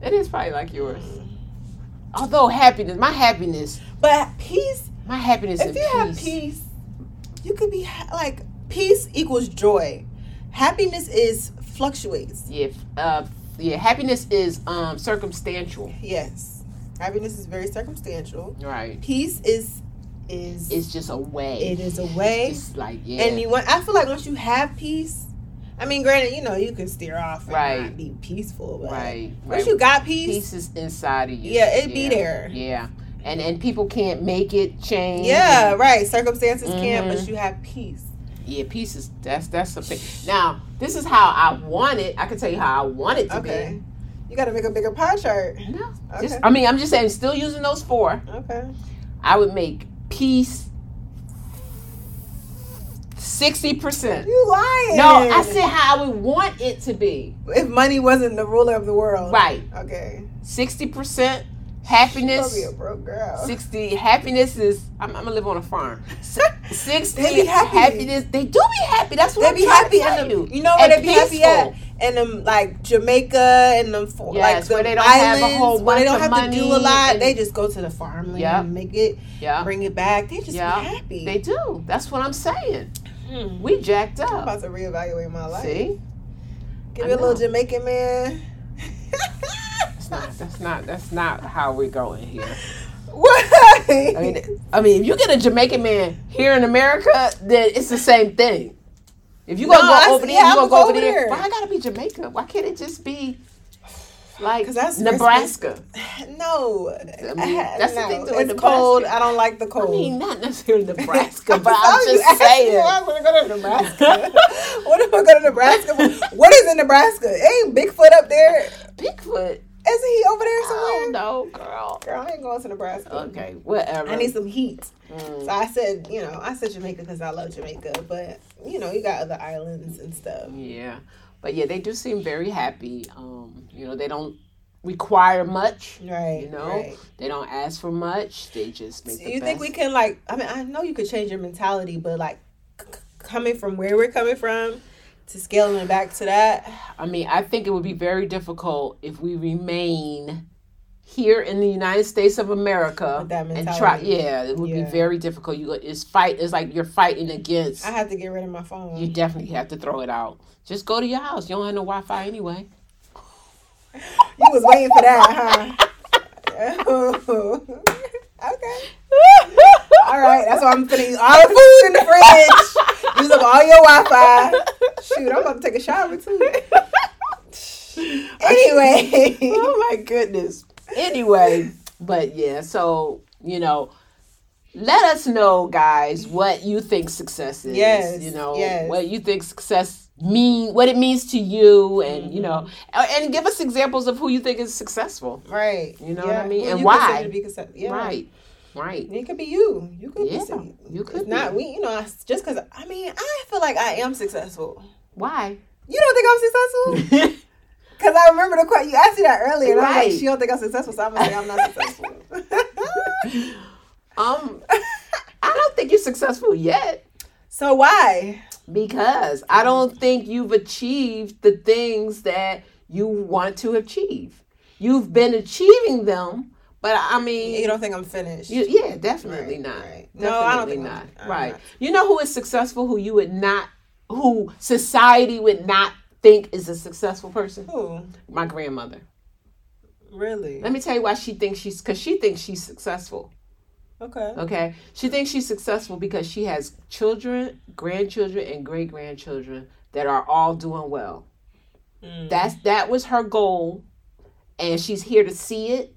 [SPEAKER 3] It is probably like yours. Although happiness, my happiness,
[SPEAKER 2] but peace
[SPEAKER 3] my happiness
[SPEAKER 2] if
[SPEAKER 3] and
[SPEAKER 2] you have peace you could be ha- like peace equals joy happiness is fluctuates
[SPEAKER 3] Yeah, f- uh, yeah, happiness is um circumstantial.
[SPEAKER 2] yes happiness is very circumstantial
[SPEAKER 3] Right.
[SPEAKER 2] peace is is
[SPEAKER 3] It's just a way.
[SPEAKER 2] it is a way
[SPEAKER 3] It's like yeah.
[SPEAKER 2] and you want i feel like once you have peace i mean granted you know you can steer off and
[SPEAKER 3] Right.
[SPEAKER 2] not be peaceful but
[SPEAKER 3] right.
[SPEAKER 2] once
[SPEAKER 3] right.
[SPEAKER 2] you got peace
[SPEAKER 3] Peace is inside of you.
[SPEAKER 2] Yeah, it be there.
[SPEAKER 3] Yeah. And and people can't make it change.
[SPEAKER 2] Yeah,
[SPEAKER 3] Mm-hmm.
[SPEAKER 2] right. Circumstances can,
[SPEAKER 3] Mhm.
[SPEAKER 2] but you have peace.
[SPEAKER 3] Yeah, pieces. That's that's something. Now, this is how I want it. I can tell you how I want it to
[SPEAKER 2] Okay. You got to make a bigger pie chart.
[SPEAKER 3] be. No,
[SPEAKER 2] Okay.
[SPEAKER 3] just I mean, I'm just saying. Still using those four,
[SPEAKER 2] Okay.
[SPEAKER 3] I would make peace sixty percent.
[SPEAKER 2] You lying.
[SPEAKER 3] No, I said how I would want it to be.
[SPEAKER 2] if money wasn't the ruler of the world.
[SPEAKER 3] Right,
[SPEAKER 2] Okay.
[SPEAKER 3] sixty percent
[SPEAKER 2] I'll
[SPEAKER 3] Happiness.
[SPEAKER 2] be a broke girl.
[SPEAKER 3] 60 happiness is I'm, I'm gonna live on a farm Si- 60
[SPEAKER 2] They be happy.
[SPEAKER 3] happiness they do be happy that's
[SPEAKER 2] they
[SPEAKER 3] what
[SPEAKER 2] be
[SPEAKER 3] I'm
[SPEAKER 2] happy
[SPEAKER 3] trying
[SPEAKER 2] at
[SPEAKER 3] to tell
[SPEAKER 2] you.
[SPEAKER 3] you
[SPEAKER 2] You know where
[SPEAKER 3] And
[SPEAKER 2] they be happy at?
[SPEAKER 3] peaceful.
[SPEAKER 2] And them like Jamaica and them fo- like
[SPEAKER 3] Yes,
[SPEAKER 2] the
[SPEAKER 3] where they don't have
[SPEAKER 2] islands
[SPEAKER 3] a whole
[SPEAKER 2] where they don't
[SPEAKER 3] bunch
[SPEAKER 2] have
[SPEAKER 3] of
[SPEAKER 2] to do a
[SPEAKER 3] money
[SPEAKER 2] lot.
[SPEAKER 3] and-
[SPEAKER 2] They just go to the farmland,
[SPEAKER 3] Yep.
[SPEAKER 2] make it,
[SPEAKER 3] yeah
[SPEAKER 2] bring it back. They just
[SPEAKER 3] Yeah.
[SPEAKER 2] be happy.
[SPEAKER 3] they do that's what I'm saying
[SPEAKER 2] Hmm.
[SPEAKER 3] we jacked
[SPEAKER 2] I'm
[SPEAKER 3] up
[SPEAKER 2] about to reevaluate my life.
[SPEAKER 3] see
[SPEAKER 2] Give
[SPEAKER 3] I
[SPEAKER 2] me a little
[SPEAKER 3] know.
[SPEAKER 2] Jamaican man.
[SPEAKER 3] that's not that's not that's not how we're going here
[SPEAKER 2] What?
[SPEAKER 3] I mean I mean if you get a Jamaican man here in America then it's the same thing if you gonna
[SPEAKER 2] No, I-
[SPEAKER 3] go over there
[SPEAKER 2] yeah,
[SPEAKER 3] you
[SPEAKER 2] I'm
[SPEAKER 3] gonna go
[SPEAKER 2] gonna
[SPEAKER 3] over
[SPEAKER 2] go
[SPEAKER 3] there
[SPEAKER 2] there.
[SPEAKER 3] why I gotta be Jamaica why can't it just be like
[SPEAKER 2] 'Cause that's
[SPEAKER 3] Nebraska
[SPEAKER 2] no,
[SPEAKER 3] I mean,
[SPEAKER 2] that's
[SPEAKER 3] that's the
[SPEAKER 2] no.
[SPEAKER 3] thing, though, in
[SPEAKER 2] It's cold.
[SPEAKER 3] Nebraska.
[SPEAKER 2] I don't like the cold.
[SPEAKER 3] I mean, not necessarily Nebraska, but
[SPEAKER 2] How
[SPEAKER 3] I'm
[SPEAKER 2] you
[SPEAKER 3] just
[SPEAKER 2] ask me
[SPEAKER 3] saying.
[SPEAKER 2] why Oh. I want to go to Nebraska. what if I go to Nebraska? for? What is in Nebraska? Ain't Bigfoot up there?
[SPEAKER 3] Bigfoot.
[SPEAKER 2] Isn't he over there
[SPEAKER 3] I
[SPEAKER 2] somewhere?
[SPEAKER 3] don't know, girl.
[SPEAKER 2] Girl, I ain't going to Nebraska.
[SPEAKER 3] Okay, whatever.
[SPEAKER 2] I need some heat.
[SPEAKER 3] Mm.
[SPEAKER 2] So I said, you know, I said Jamaica because I love Jamaica, but you know, you got other islands and stuff.
[SPEAKER 3] Yeah, but yeah, they do seem very happy. Um, you know, they don't require much.
[SPEAKER 2] Right.
[SPEAKER 3] You know,
[SPEAKER 2] right.
[SPEAKER 3] They don't ask for much. They just make.
[SPEAKER 2] Do
[SPEAKER 3] the
[SPEAKER 2] you think we
[SPEAKER 3] best.
[SPEAKER 2] can like? I mean, I know you could change your mentality, but like, c- c- coming from where we're coming from to scaling it back to that,
[SPEAKER 3] I mean, I think it would be very difficult if we remain here in the United States of America
[SPEAKER 2] With that
[SPEAKER 3] and try.
[SPEAKER 2] mentality.
[SPEAKER 3] Yeah, it would
[SPEAKER 2] Yeah.
[SPEAKER 3] be very difficult. You it's fight. It's like you're fighting against.
[SPEAKER 2] I have to get rid of my
[SPEAKER 3] You
[SPEAKER 2] phone.
[SPEAKER 3] definitely have to throw it out. Just go to your house. You don't have no Wi Fi anyway.
[SPEAKER 2] You was waiting for that, huh? okay. All right, that's why I'm putting all the food in the fridge. Use up all your Wi-Fi. Shoot, I'm about to take a shower too. Anyway,
[SPEAKER 3] oh my goodness. Anyway, but yeah, so you know, let us know, guys, what you think success is.
[SPEAKER 2] Yes,
[SPEAKER 3] you know
[SPEAKER 2] yes.
[SPEAKER 3] what you think success mean, what it means to you, and you know,
[SPEAKER 2] Mm-hmm.
[SPEAKER 3] and and give us examples of who you think is successful.
[SPEAKER 2] right?
[SPEAKER 3] You know what I mean?
[SPEAKER 2] Who
[SPEAKER 3] And
[SPEAKER 2] you
[SPEAKER 3] why?
[SPEAKER 2] consider to be consen- yeah.
[SPEAKER 3] Right, right.
[SPEAKER 2] It could be you. You could
[SPEAKER 3] Yeah,
[SPEAKER 2] be. some-
[SPEAKER 3] you could
[SPEAKER 2] It's
[SPEAKER 3] be.
[SPEAKER 2] not we. You know, I, just because I mean, I feel like I am successful.
[SPEAKER 3] Why?
[SPEAKER 2] You don't think I'm successful? Because I remember the question you asked me that earlier, and I was
[SPEAKER 3] Right.
[SPEAKER 2] like, "She don't think I'm successful, so I'm gonna say I'm not successful."
[SPEAKER 3] um, I don't think you're successful yet.
[SPEAKER 2] so why?
[SPEAKER 3] Because I don't think you've achieved the things that you want to achieve. You've been achieving them, but I mean,
[SPEAKER 2] You don't think I'm finished?
[SPEAKER 3] you- yeah, definitely
[SPEAKER 2] Right,
[SPEAKER 3] not.
[SPEAKER 2] right.
[SPEAKER 3] No, I don't think
[SPEAKER 2] I'm-
[SPEAKER 3] not.
[SPEAKER 2] I'm
[SPEAKER 3] right.
[SPEAKER 2] not.
[SPEAKER 3] You know who is successful? Who you would not? Who society would not think is a successful person?
[SPEAKER 2] Ooh,
[SPEAKER 3] My grandmother.
[SPEAKER 2] really?
[SPEAKER 3] Let me tell you why she thinks she's because she thinks she's successful.
[SPEAKER 2] Okay.
[SPEAKER 3] Okay. She thinks she's successful because she has children, grandchildren, and great grandchildren that are all doing well.
[SPEAKER 2] Mm.
[SPEAKER 3] That's that was her goal, and she's here to see it.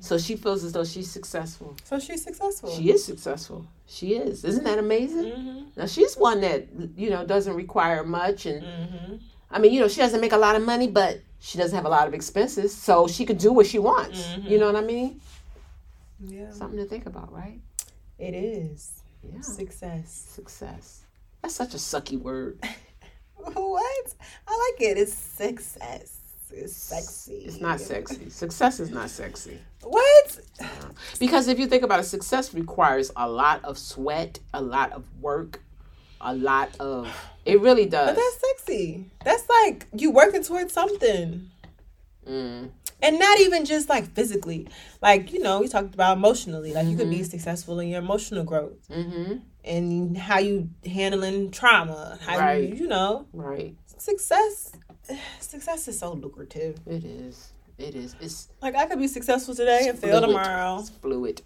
[SPEAKER 3] So she feels as though she's successful.
[SPEAKER 2] Mm-hmm. So she's successful.
[SPEAKER 3] She is successful. She is. Isn't that amazing?
[SPEAKER 2] Mm-hmm.
[SPEAKER 3] Now she's one that you know doesn't require much, and
[SPEAKER 2] Mm-hmm.
[SPEAKER 3] I mean you know she doesn't make a lot of money, but she doesn't have a lot of expenses, so she could do what she wants. You know what I mean?
[SPEAKER 2] Yeah,
[SPEAKER 3] Something to think about, right?
[SPEAKER 2] it is
[SPEAKER 3] Yeah.
[SPEAKER 2] success.
[SPEAKER 3] Success. That's such a sucky word.
[SPEAKER 2] What? I like it. It's success. It's sexy.
[SPEAKER 3] It's not sexy. Success is not sexy.
[SPEAKER 2] What?
[SPEAKER 3] Because if you think about it, success requires a lot of sweat, a lot of work, a lot of. It really does.
[SPEAKER 2] But that's sexy. That's like you working towards something.
[SPEAKER 3] Mm.
[SPEAKER 2] and not even just like physically like you know we talked about emotionally like you could
[SPEAKER 3] Mm-hmm.
[SPEAKER 2] be successful in your emotional growth
[SPEAKER 3] hmm
[SPEAKER 2] and how you handling trauma how
[SPEAKER 3] Right.
[SPEAKER 2] you you know
[SPEAKER 3] Right.
[SPEAKER 2] success success is so lucrative
[SPEAKER 3] It is. It is. It's
[SPEAKER 2] like i could be successful today and fail
[SPEAKER 3] fluid.
[SPEAKER 2] tomorrow
[SPEAKER 3] It's fluid.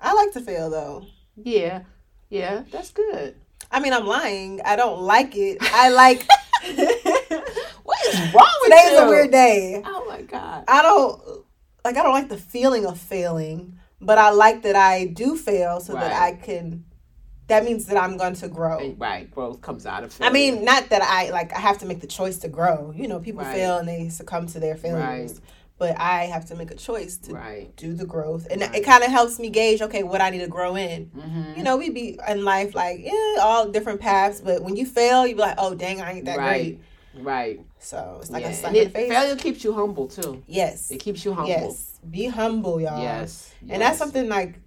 [SPEAKER 2] i like to fail though
[SPEAKER 3] Yeah. Yeah. That's good.
[SPEAKER 2] i mean i'm lying i don't like it i like
[SPEAKER 3] What is wrong with
[SPEAKER 2] today's
[SPEAKER 3] you?
[SPEAKER 2] a weird day
[SPEAKER 3] Oh my god.
[SPEAKER 2] i don't like i don't like the feeling of failing but i like that i do fail so that i
[SPEAKER 3] Right.
[SPEAKER 2] can that means that i'm going to grow
[SPEAKER 3] Right, Right. Growth comes out of.
[SPEAKER 2] I
[SPEAKER 3] Failure.
[SPEAKER 2] mean, not that I like I have to make the choice to grow. You know, people
[SPEAKER 3] Right.
[SPEAKER 2] fail and they succumb to their failures.
[SPEAKER 3] Right.
[SPEAKER 2] But I have to make a choice to
[SPEAKER 3] Right.
[SPEAKER 2] do the growth. And
[SPEAKER 3] Right.
[SPEAKER 2] it kind of helps me gauge, okay, what I need to grow in.
[SPEAKER 3] Mm-hmm.
[SPEAKER 2] You know, we be in life like, yeah, all different paths, but when you fail, you be like, oh dang, I ain't that great.
[SPEAKER 3] right. Right.
[SPEAKER 2] So it's like
[SPEAKER 3] Yeah,
[SPEAKER 2] a
[SPEAKER 3] and
[SPEAKER 2] slap in the
[SPEAKER 3] it,
[SPEAKER 2] face.
[SPEAKER 3] failure keeps you humble too.
[SPEAKER 2] yes.
[SPEAKER 3] It keeps you humble.
[SPEAKER 2] Yes. Be humble, y'all.
[SPEAKER 3] Yes.
[SPEAKER 2] And that's something like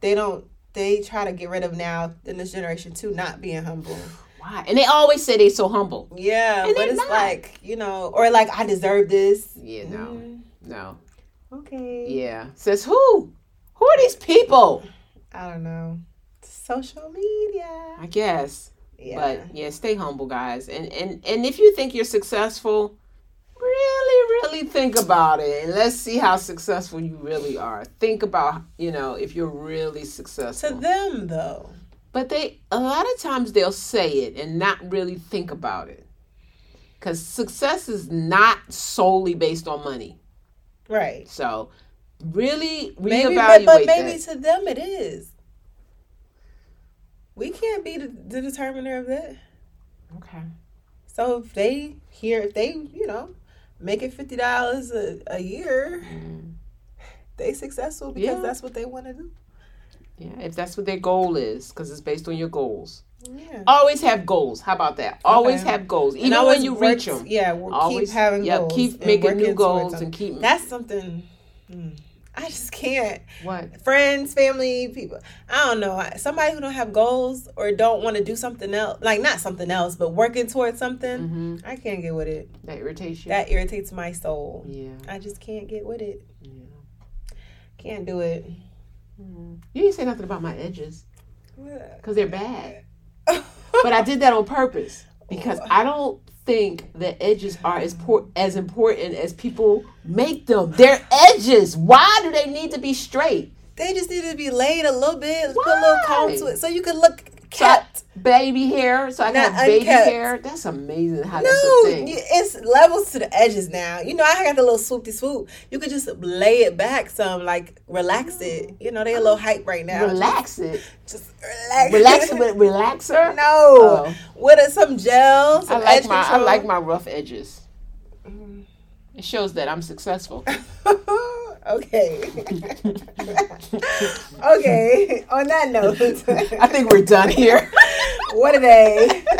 [SPEAKER 2] they don't they try to get rid of now in this generation too, not being humble.
[SPEAKER 3] Why? And they always say they so humble.
[SPEAKER 2] Yeah,
[SPEAKER 3] And
[SPEAKER 2] but
[SPEAKER 3] they're
[SPEAKER 2] it's
[SPEAKER 3] not.
[SPEAKER 2] like, you know, or like I deserve this.
[SPEAKER 3] Yeah, no,
[SPEAKER 2] Mm,
[SPEAKER 3] no.
[SPEAKER 2] Okay.
[SPEAKER 3] Yeah. Says who? Who are these people?
[SPEAKER 2] I don't know. Social media.
[SPEAKER 3] I guess.
[SPEAKER 2] Yeah.
[SPEAKER 3] But yeah, stay humble, guys. And and and if you think you're successful, really, really think about it, and let's see how successful you really are. Think about you know if you're really successful.
[SPEAKER 2] to them though.
[SPEAKER 3] But they a lot of times they'll say it and not really think about it. Cuz success is not solely based on money.
[SPEAKER 2] Right.
[SPEAKER 3] So really
[SPEAKER 2] Maybe but,
[SPEAKER 3] reevaluate
[SPEAKER 2] but maybe
[SPEAKER 3] that.
[SPEAKER 2] to them it is. We can't be the, the determiner of that.
[SPEAKER 3] Okay.
[SPEAKER 2] So if they here, if they you know make it fifty dollars a a year,
[SPEAKER 3] Mm.
[SPEAKER 2] they successful because
[SPEAKER 3] Yeah.
[SPEAKER 2] that's what they want to do.
[SPEAKER 3] Yeah, if that's what their goal is cuz it's based on your goals.
[SPEAKER 2] Yeah.
[SPEAKER 3] Always have goals. How about that? Always
[SPEAKER 2] Mm-hmm. Okay.
[SPEAKER 3] have goals even
[SPEAKER 2] And
[SPEAKER 3] when
[SPEAKER 2] always
[SPEAKER 3] Uh, you
[SPEAKER 2] work-
[SPEAKER 3] reach them.
[SPEAKER 2] Yeah, we'll
[SPEAKER 3] Always
[SPEAKER 2] keep having
[SPEAKER 3] yeah,
[SPEAKER 2] goals.
[SPEAKER 3] keep
[SPEAKER 2] and
[SPEAKER 3] making
[SPEAKER 2] working
[SPEAKER 3] new
[SPEAKER 2] towards
[SPEAKER 3] goals
[SPEAKER 2] them.
[SPEAKER 3] and keep
[SPEAKER 2] That's something. hmm, I just can't.
[SPEAKER 3] what?
[SPEAKER 2] Friends, family, people. I don't know. I- Somebody who don't have goals or don't want to do something else, like not something else, but working towards something.
[SPEAKER 3] hmm
[SPEAKER 2] I can't get with it.
[SPEAKER 3] That irritates you.
[SPEAKER 2] That irritates my soul.
[SPEAKER 3] yeah.
[SPEAKER 2] I just can't get with it.
[SPEAKER 3] yeah.
[SPEAKER 2] Can't do it. Mm-hmm.
[SPEAKER 3] Mhm. You didn't say nothing about my edges cuz they're bad.
[SPEAKER 2] but
[SPEAKER 3] but I did that on purpose
[SPEAKER 2] Oh.
[SPEAKER 3] because I don't think the edges are as por- as important as people make them. They're edges. Why do they need to be straight?
[SPEAKER 2] they just need to be laid a little bit, put a little comb to
[SPEAKER 3] Why?
[SPEAKER 2] it, so you can look
[SPEAKER 3] So I-
[SPEAKER 2] kept.
[SPEAKER 3] baby hair. So I
[SPEAKER 2] Not
[SPEAKER 3] got baby
[SPEAKER 2] unkept.
[SPEAKER 3] hair. That's amazing how
[SPEAKER 2] No,
[SPEAKER 3] that's a thing.
[SPEAKER 2] you- it's levels to the edges now. You know, I got the little swoopy swoop. You could just lay it back some, like relax it. You know, they a little hype right now.
[SPEAKER 3] Relax it.
[SPEAKER 2] Just relax.
[SPEAKER 3] Relax it with relaxer.
[SPEAKER 2] no,
[SPEAKER 3] Oh.
[SPEAKER 2] with a, some gel,
[SPEAKER 3] I
[SPEAKER 2] some
[SPEAKER 3] like
[SPEAKER 2] edge
[SPEAKER 3] my I
[SPEAKER 2] control. Mm-hmm.
[SPEAKER 3] like my rough edges. It shows that I'm successful.
[SPEAKER 2] okay. okay. On that
[SPEAKER 3] I
[SPEAKER 2] note,
[SPEAKER 3] think we're done here.
[SPEAKER 2] what a day.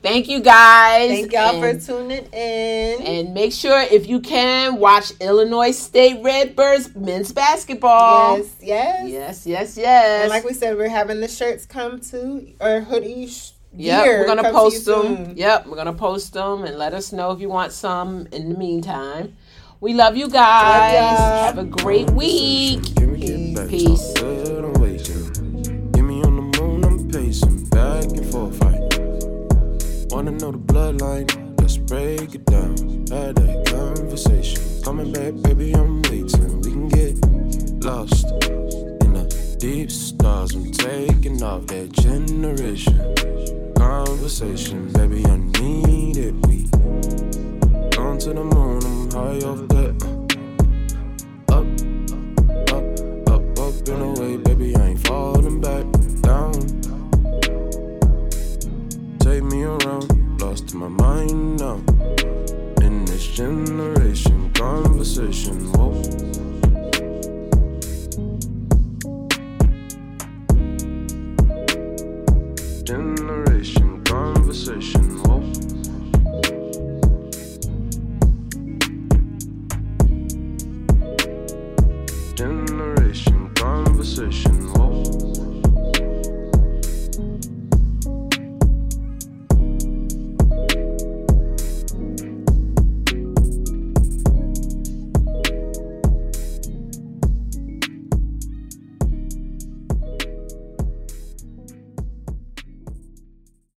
[SPEAKER 3] Thank you guys.
[SPEAKER 2] Thank y'all
[SPEAKER 3] And-
[SPEAKER 2] for tuning in.
[SPEAKER 3] And make sure if you can watch Illinois State Redbirds men's basketball.
[SPEAKER 2] yes, yes.
[SPEAKER 3] yes, yes. yes.
[SPEAKER 2] And like we said, we're having the shirts come to or hoodies.
[SPEAKER 3] yep,
[SPEAKER 2] year
[SPEAKER 3] we're gonna
[SPEAKER 2] come to
[SPEAKER 3] post
[SPEAKER 2] you
[SPEAKER 3] them.
[SPEAKER 2] soon.
[SPEAKER 3] Yep, we're gonna post them and let us know if you want some. In the meantime, we love you guys.
[SPEAKER 2] y'all.
[SPEAKER 3] Have a great week.
[SPEAKER 1] Give me get back,
[SPEAKER 3] Peace.
[SPEAKER 1] talk good, I'm waiting. Give me on the moon, I'm pacing back and forth. I wanna know the bloodline, let's break it down. Had a conversation, coming back, baby, I'm waiting. We can get lost in the deep stars. I'm taking off that generation conversation, baby, I need it. We gone to the moon, I'm high off that. Up, up, up, up and away, baby. I ain't falling back down. Take me around, lost in my mind now. In this generation, conversation, whoa. Generation, conversation, whoa. generation conversation.